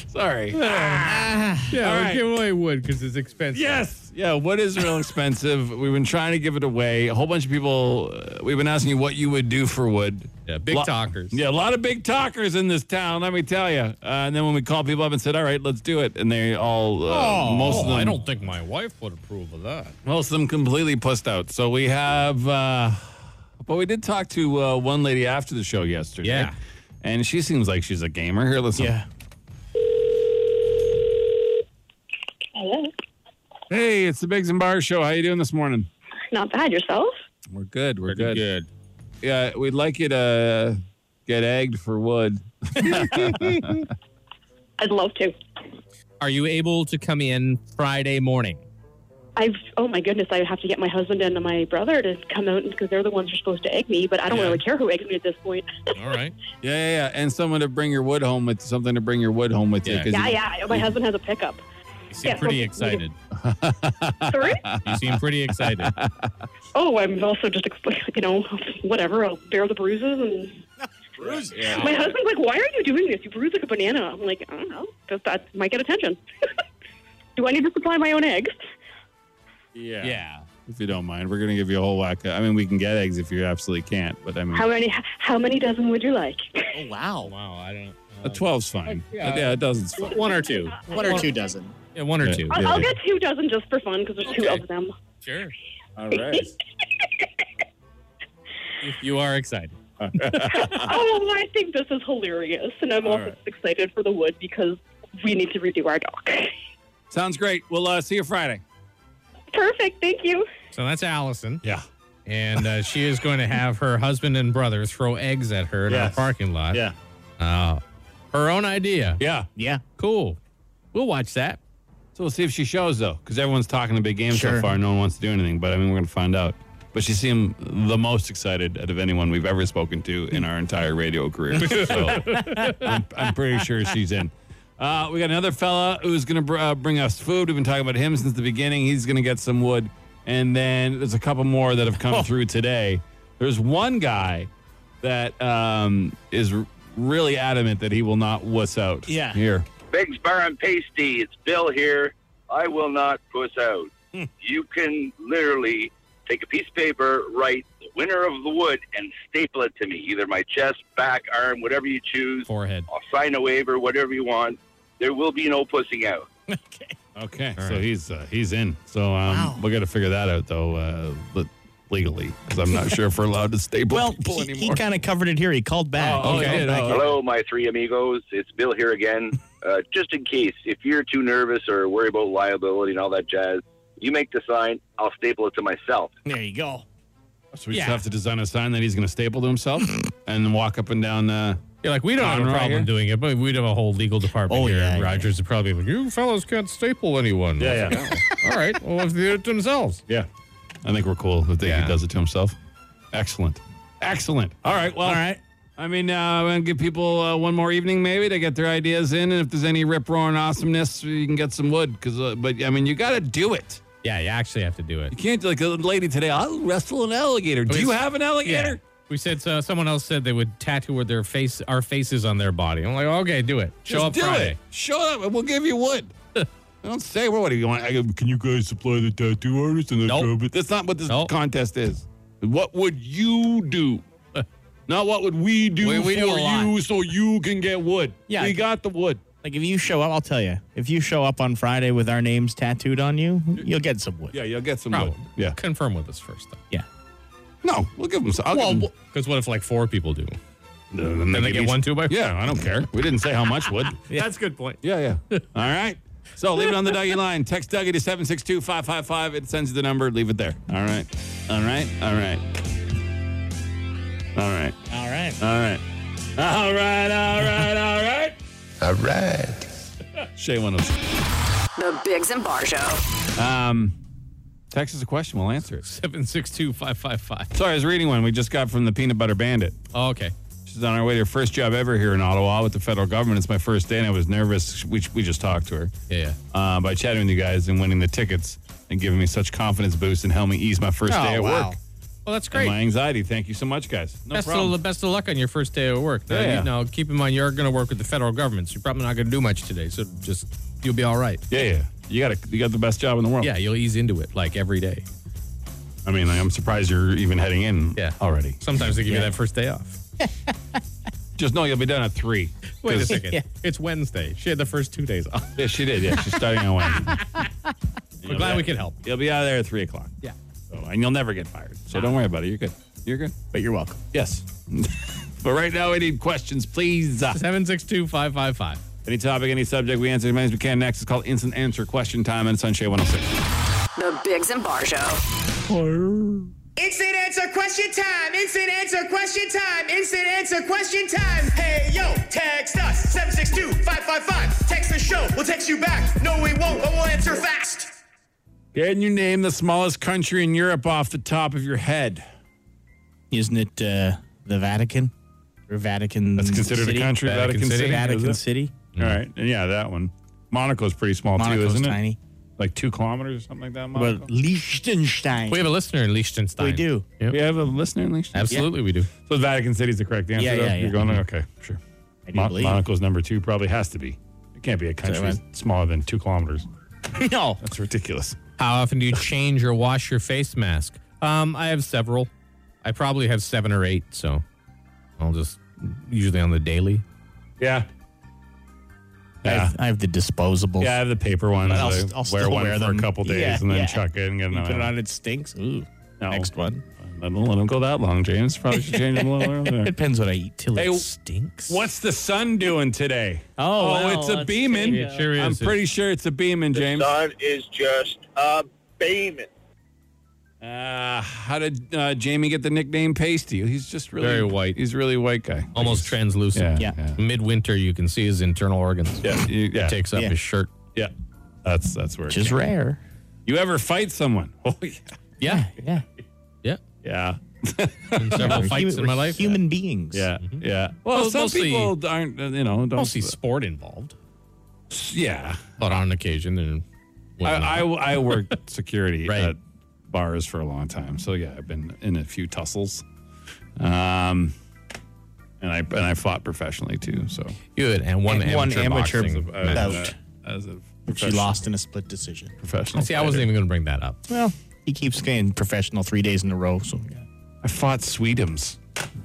Sorry.
Uh, Yeah,
All
we
right.
give away wood because it's expensive.
Yes. Yeah. What is real expensive? We've been trying to give it away. A whole bunch of people. Uh, we've been asking you what you would do for wood.
Yeah, big talkers.
Yeah, a lot of big talkers in this town. Let me tell you. Uh, and then when we called people up and said, "All right, let's do it," and they all uh,
Oh,
Oh,
most of them
I don't think my wife would approve of that.
most of them completely pussed out. So we have. Uh, but we did talk to uh, one lady after the show yesterday.
Yeah.
And she seems like she's a gamer. Here, listen. Yeah.
Hello.
Hey, it's the Biggs and Bar Show. How you doing this morning?
Not bad. Yourself?
We're good. We're good. Yeah, we'd like you to get egged for wood.
I'd love to.
Are you able to come in Friday morning?
I've oh my goodness, I have to get my husband and my brother to come out because they're the ones who are supposed to egg me, but I don't
Yeah.
really care who eggs me at this point.
All right.
Yeah, yeah, yeah. And someone to bring your wood home with something to bring your wood home with you.
Yeah.
'cause
yeah,
you-
yeah. My husband has a pickup.
You seem
Yeah,
pretty
okay.
excited.
Sorry?
You seem pretty excited.
Oh, I'm also just you know, whatever, I'll bear the bruises and
Yeah.
my husband's like, Why are you doing this? You bruise like a banana. I'm like, I don't know, because that might get attention. Do I need to supply my own eggs?
yeah. If you don't mind, we're going to give you a whole whack. I mean, we can get eggs if you absolutely can't, but I mean,
How many how many dozen would you like?
Oh, wow.
Wow, I don't. uh,
a 12's fine.
Yeah.
Yeah, yeah a dozen's fine.
One or two.
One or two dozen.
Yeah, one or
Yeah.
two.
I'll, I'll get two dozen just for fun because there's two
Okay.
of them.
Sure.
All right.
If you are excited.
oh, I think this is hilarious, and I'm
All
also
right.
excited for the wood because we need to redo our dock.
Sounds great. We'll uh, see you Friday.
Perfect, thank you.
So that's Allison.
Yeah.
And uh, she is going to have her husband and brother throw eggs at her in our
Yes.
parking lot.
Yeah.
Uh, her own idea.
Yeah.
Yeah.
Cool. We'll watch that.
So we'll see if she shows, though, because everyone's talking a big game so
Sure.
far. No one wants to do anything, but I mean, we're going to find out. But she seemed the most excited out of anyone we've ever spoken to in our entire radio career. So I'm, I'm pretty sure she's in. Uh, we got another fella who's going to br- uh, bring us food. We've been talking about him since the beginning. He's going to get some wood. And then there's a couple more that have come
Oh.
through today. There's one guy that um, is r- really adamant that he will not wuss out.
Yeah.
Here.
Biggs Bar and Pasty, it's Bill here. I will not puss out. you can literally take a piece of paper, write the winner of the wood, and staple it to me, either my chest, back, arm, whatever you choose.
Forehead.
I'll sign a waiver, whatever you want. There will be no pussing out.
Okay,
All
so
right.
he's uh, he's in. So um,
Wow.
we got to figure that out though, uh, le- legally, because I'm not sure if we're allowed to staple
Well,
people
he,
anymore.
kind of covered it here. He called back.
Oh, okay.
He called
Yeah,
back.
no.
Hello, my three amigos. It's Bill here again. Uh, just in case, if you're too nervous or worry about liability and all that jazz, you make the sign. I'll staple it to myself.
There you go.
so we
Yeah.
just have to design a sign that he's going to staple to himself and then walk up and down. Uh,
You're like, we don't have a
Conrad
problem
here?
doing it, but we'd have a whole legal department
Oh,
here.
yeah,
and
yeah.
Rogers would probably be like, you fellows can't staple anyone. "Oh,
Yeah, yeah.
All right. Well, if they do it themselves.
yeah. I think we're cool. I think
Yeah.
he does it to himself. Excellent. Excellent. All right. Well,
All right.
I mean, uh, I'm going to give people uh, one more evening maybe to get their ideas in. And if there's any rip roaring awesomeness, you can get some wood. Cause, uh, but I mean, you got to do it.
Yeah, you actually have to do it.
You can't, like a lady today, I'll wrestle an alligator. Do
mean,
you
Oh, it's-
have an alligator?
Yeah. We said so. Someone else said they would tattoo with their face, our faces on their body. I'm like, okay, do it. Show
Just
up
do
Friday.
It. Show up, and we'll give you wood. I don't say well, what do you want. I go, Can you guys supply the tattoo artist and the
Nope.
job?" That's not what this
Nope.
contest is. What would you do? not what would we do
We- we do
for
a lot.
you so you can get wood.
Yeah.
we got the wood.
Like if you show up, I'll tell you. If you show up on Friday with our names tattooed on you, you'll get some wood.
Yeah, you'll get some
Probably.
wood. Yeah.
Confirm with us first, though.
Yeah.
No, we'll give them some. I'll give 'em-
because what if like four people do?
Then
they
give
get
each-
one two by four?
Yeah, I don't care. We didn't say how much wood.
That's a good point.
Yeah, yeah. All right. So leave it on the Dougie line. Text Dougie to 762 555. It sends you the number. Leave it there. All right. All right. All right. All right.
All right.
All right. All right. All right. All right. All right. Shay 106.
The Biggs and Bar Show.
Um, text us a question. We'll answer it.
762 555.
Sorry, I was reading one we just got from the Peanut Butter Bandit.
Oh, okay.
She's on her way to her first job ever here in Ottawa with the federal government. It's my first day, and I was nervous. We, we just talked to her.
Yeah,
Uh, by chatting with you guys and winning the tickets and giving me such confidence boost and helped me ease my first
Oh,
day at
wow.
work.
Well, that's
And
great.
my anxiety. Thank you so much, guys. No
best,
problem.
Of, best of luck on your first day of work. Now,
Yeah.
you- now, keep in mind, you're going to work with the federal government, so you're probably not going to do much today. So just, you'll be all right.
Yeah, yeah. You got a, you got the best job in the world.
Yeah, you'll ease into it like every day.
I mean, I'm surprised you're even heading in yeah. already.
Sometimes they give you that first day off.
Just know you'll be done at three.
Wait a
'Cause-
second. It's Wednesday. She had the first two days off.
Yeah, she did. Yeah, she's starting on Wednesday.
We're glad we could help.
You'll be out of there at three o'clock.
Yeah.
So, and you'll never get fired. So don't worry about it. You're good. You're good.
But you're welcome.
Yes. but right now we need questions, please. uh,
762 555.
Any topic, any subject we answer as many as we can next. It's called Instant Answer Question Time on oh Sunshade 106.
The Biggs and Bar Show.
Instant answer question time. Instant answer question time. Instant answer question time. Hey yo, text us 762-555. Text the show. We'll text you back. No, we won't, but we'll answer fast.
Can you name the smallest country in Europe off the top of your head?
Isn't it uh, the Vatican or Vatican?
That's considered
City?
a country, Vatican, City.
Vatican
is it?
City.
All right. And yeah, that one. Monaco's pretty small too,
Mm. Monaco's
isn't it?
tiny.
Like two kilometers or something like that. Monaco?
But Liechtenstein.
We have a listener in Liechtenstein.
We do.
We have a listener in Liechtenstein.
Absolutely, we do.
So Vatican City is the correct answer.
Yeah,
though?
yeah,
You're
yeah.
going okay, sure.
I do
Mon-
Mm-hmm. believe.
Monaco's number two probably has to be. It can't be a country
right?
smaller than two kilometers.
no.
That's ridiculous.
How often do you change or wash your face mask? Um, I have several. I probably have seven or eight, so I'll just usually on the daily.
Yeah.
I, have, I have the disposables.
Yeah, I have the paper ones.
But I'll,
I
st- I'll
wear
still
one
wear
for
them.
a couple days
Yeah,
and then
yeah.
chuck it and get
You
another
put it
one.
on, it stinks. Ooh.
No.
Next one.
I don't let them go that long, James. Probably should change them a little earlier.
It depends what I eat till
Hey,
it stinks.
What's the sun doing today?
Oh, well,
it's a
that's-
beaming.
it sure
I'm
is.
pretty sure it's a beaming, James.
Sun is just a beaming.
Uh, how did uh, Jamie get the nickname Pasty? He's just really
Very white. Oh,
He's a really white guy.
Almost translucent.
Yeah, Yeah.
Midwinter, you can see his internal organs.
Yeah. you- yeah.
He takes up
Yeah.
his shirt.
Yeah. That's that's where
Which
it
is
came.
rare.
You ever fight someone? Oh yeah.
Yeah.
Yeah.
Yeah.
Yeah.
Several
We're
fights
human-
in my
we're
life.
Human beings.
Yeah. Yeah. Well,
Well,
some
mostly-
people aren't uh, you know, don't
Mostly sport involved,
yeah.
but on occasion and.
I, I I worked security
Right.
at bars for a long time, so yeah, I've been in a few tussles, um, and I and I fought professionally too. So
Good and one
And
amateur,
one amateur
boxing
I was,
match.
uh,
bout.
as a
But She
professional-
lost in a split decision.
professional.
See, I wasn't
fighter.
even going to bring that up.
Well, he keeps saying professional three days in a row. So yeah.
I fought Sweetums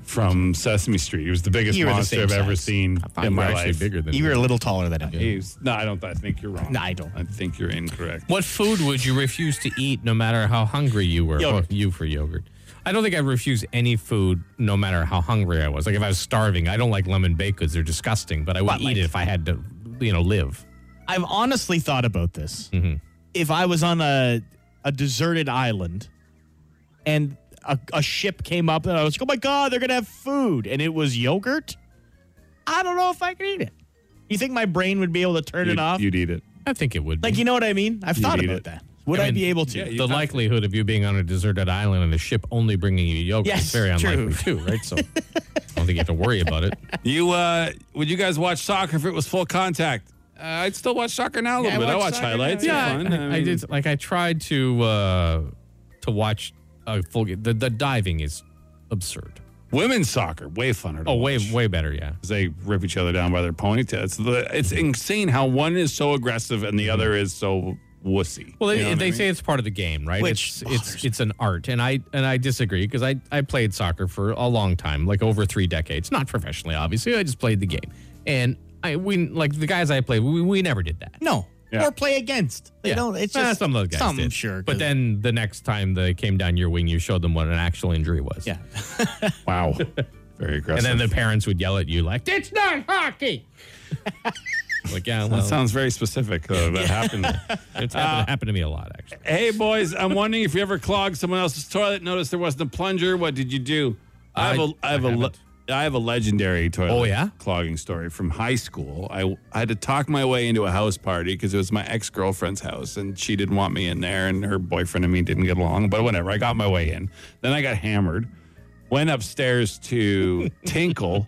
from Sesame Street. He was the biggest
You were the
monster
same
I've ever
size.
seen
I thought
in
you were
my
actually
life.
bigger than
you
me.
were a little taller than him.
He was- no, I don't. I think you're wrong.
No, I don't.
I think you're incorrect.
What food would you refuse to eat no matter how hungry you were?
Yogurt.
Well, you for yogurt. I don't think I'd refuse any food no matter how hungry I was. Like if I was starving, I don't like lemon baked goods. They're disgusting, but I would
But,
eat
like-
it if I had to, you know, live.
I've honestly thought about this. If I was on a a deserted island and a, a ship came up and I was like, oh my God, they're going to have food and it was yogurt, I don't know if I could eat it. You think my brain would be able to turn
You'd,
it off?
you'd eat it.
I think it would.
Like,
be.
you know what I mean? I've
You'd
thought
eat
about
it.
that. Would I,
mean,
be able to?
yeah, you-
the likelihood of you being on a deserted island and a ship only bringing you yogurt
Yes,
is very
true.
unlikely too, right? So I don't think you have to worry about it.
You uh, would you guys watch soccer if it was full contact? Uh, I'd still watch soccer now a little
Yeah, I
bit. I
watch
watch
soccer now,
highlights.
yeah,
They're fun.
I, I
mean-
did. Like I tried to uh to watch a full game. The, the diving is absurd.
Women's soccer, way funner. To
Oh, way
watch.
way better. Yeah.
'Cause They rip each other down by their ponytails. It's, the, it's insane how one is so aggressive and the other is so wussy.
Well, they,
You know
they
what I mean?
say it's part of the game, right?
Which
it's it's it's an art, and I and I disagree because I I played soccer for a long time, like over three decades, not professionally, obviously. I just played the game, and I we like the guys I played. We, we never did that.
No.
Yeah.
Or play against. They
Yeah.
don't. It's
Nah,
just
some of those guys.
Some
did.
sure.
But then the next time they came down your wing, you showed them what an actual injury was. Yeah.
wow. Very aggressive.
And then the parents would yell at you like, "It's not hockey." like yeah, well,
That sounds Uh, very specific. Though, that happened.
It's happened, happened to me a lot actually.
Hey, boys, I'm wondering if you ever clogged someone else's toilet. Noticed there wasn't a plunger. What did you do? I have a, I have a, le- I have a legendary toilet.
Oh, yeah?
clogging story from high school. I, I had to talk my way into a house party because it was my ex girlfriend's house, and she didn't want me in there, and her boyfriend and me didn't get along. But whatever, I got my way in. Then I got hammered. Went upstairs to Tinkle,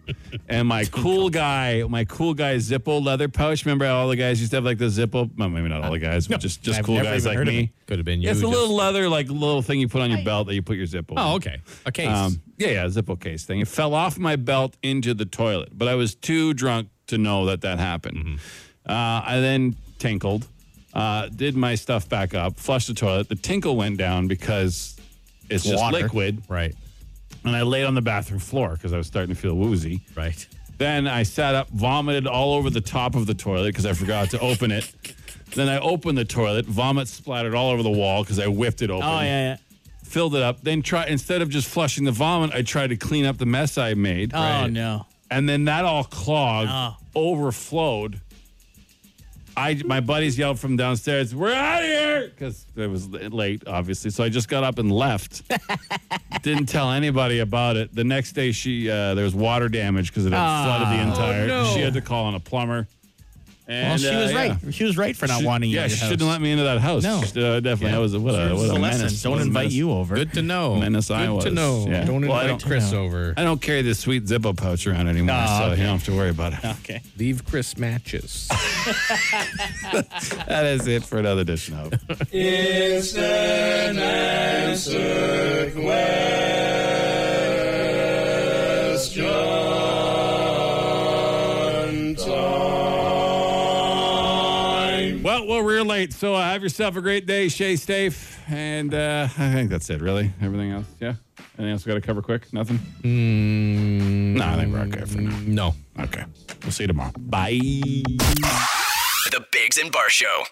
and my cool guy, my cool guy Zippo leather pouch. Remember how all the guys used to have like the Zippo? Well, maybe not all the guys, but just just
I've
cool
never
guys
even
like
heard of
me.
it. Could have been you.
It's a
just-
little leather, like little thing you put on your belt that you put your Zippo.
Oh,
in.
okay. A case.
yeah, yeah, Zippo case thing. It fell off my belt into the toilet, but I was too drunk to know that that happened.
Mm-hmm.
Uh, I then tinkled, uh, did my stuff back up, flushed the toilet. The tinkle went down because it's
It's
just
water.
liquid,
right?
And I laid on the bathroom floor because I was starting to feel woozy,
right?
Then I sat up, vomited all over the top of the toilet because I forgot to open it. Then I opened the toilet, vomit splattered all over the wall because I whipped it open.
Oh, yeah, yeah.
Filled it up. Then try instead of just flushing the vomit, I tried to clean up the mess I made.
Oh, no. Oh.
And then that all clogged, overflowed. I my buddies yelled from downstairs, "We're out of here!" Because it was late, obviously. So I just got up and left. Didn't tell anybody about it. The next day, she uh, there was water damage because it had
Ah.
flooded the
Oh,
entire.
no.
She had to call on a plumber. And,
well, she
uh,
was
yeah.
right. She was right for not
She-
wanting you.
Yeah,
at your
she
house.
shouldn't let me into that house.
No.
She- uh, definitely. That was a, what a,
Serves
what
as
a,
a lesson.
menace.
Don't
What a
invite
menace.
you over.
Good to know.
Menace I
Good
was.
to know.
Yeah.
Don't
Well, I
invite Chris over.
I don't carry this sweet Zippo pouch around anymore,
Oh,
so
okay.
you don't have to worry about it.
Okay.
Leave Chris matches.
that is it for another edition of.
It's an answer question
Well, well, we're late, so uh, have yourself a great day, Shay Stafe. And uh, I think that's it, really. Everything else, yeah? Anything else we got to cover quick? Nothing? no, I think we're okay for now.
No.
Okay. We'll see you tomorrow. Bye.
The Biggs and Bar Show.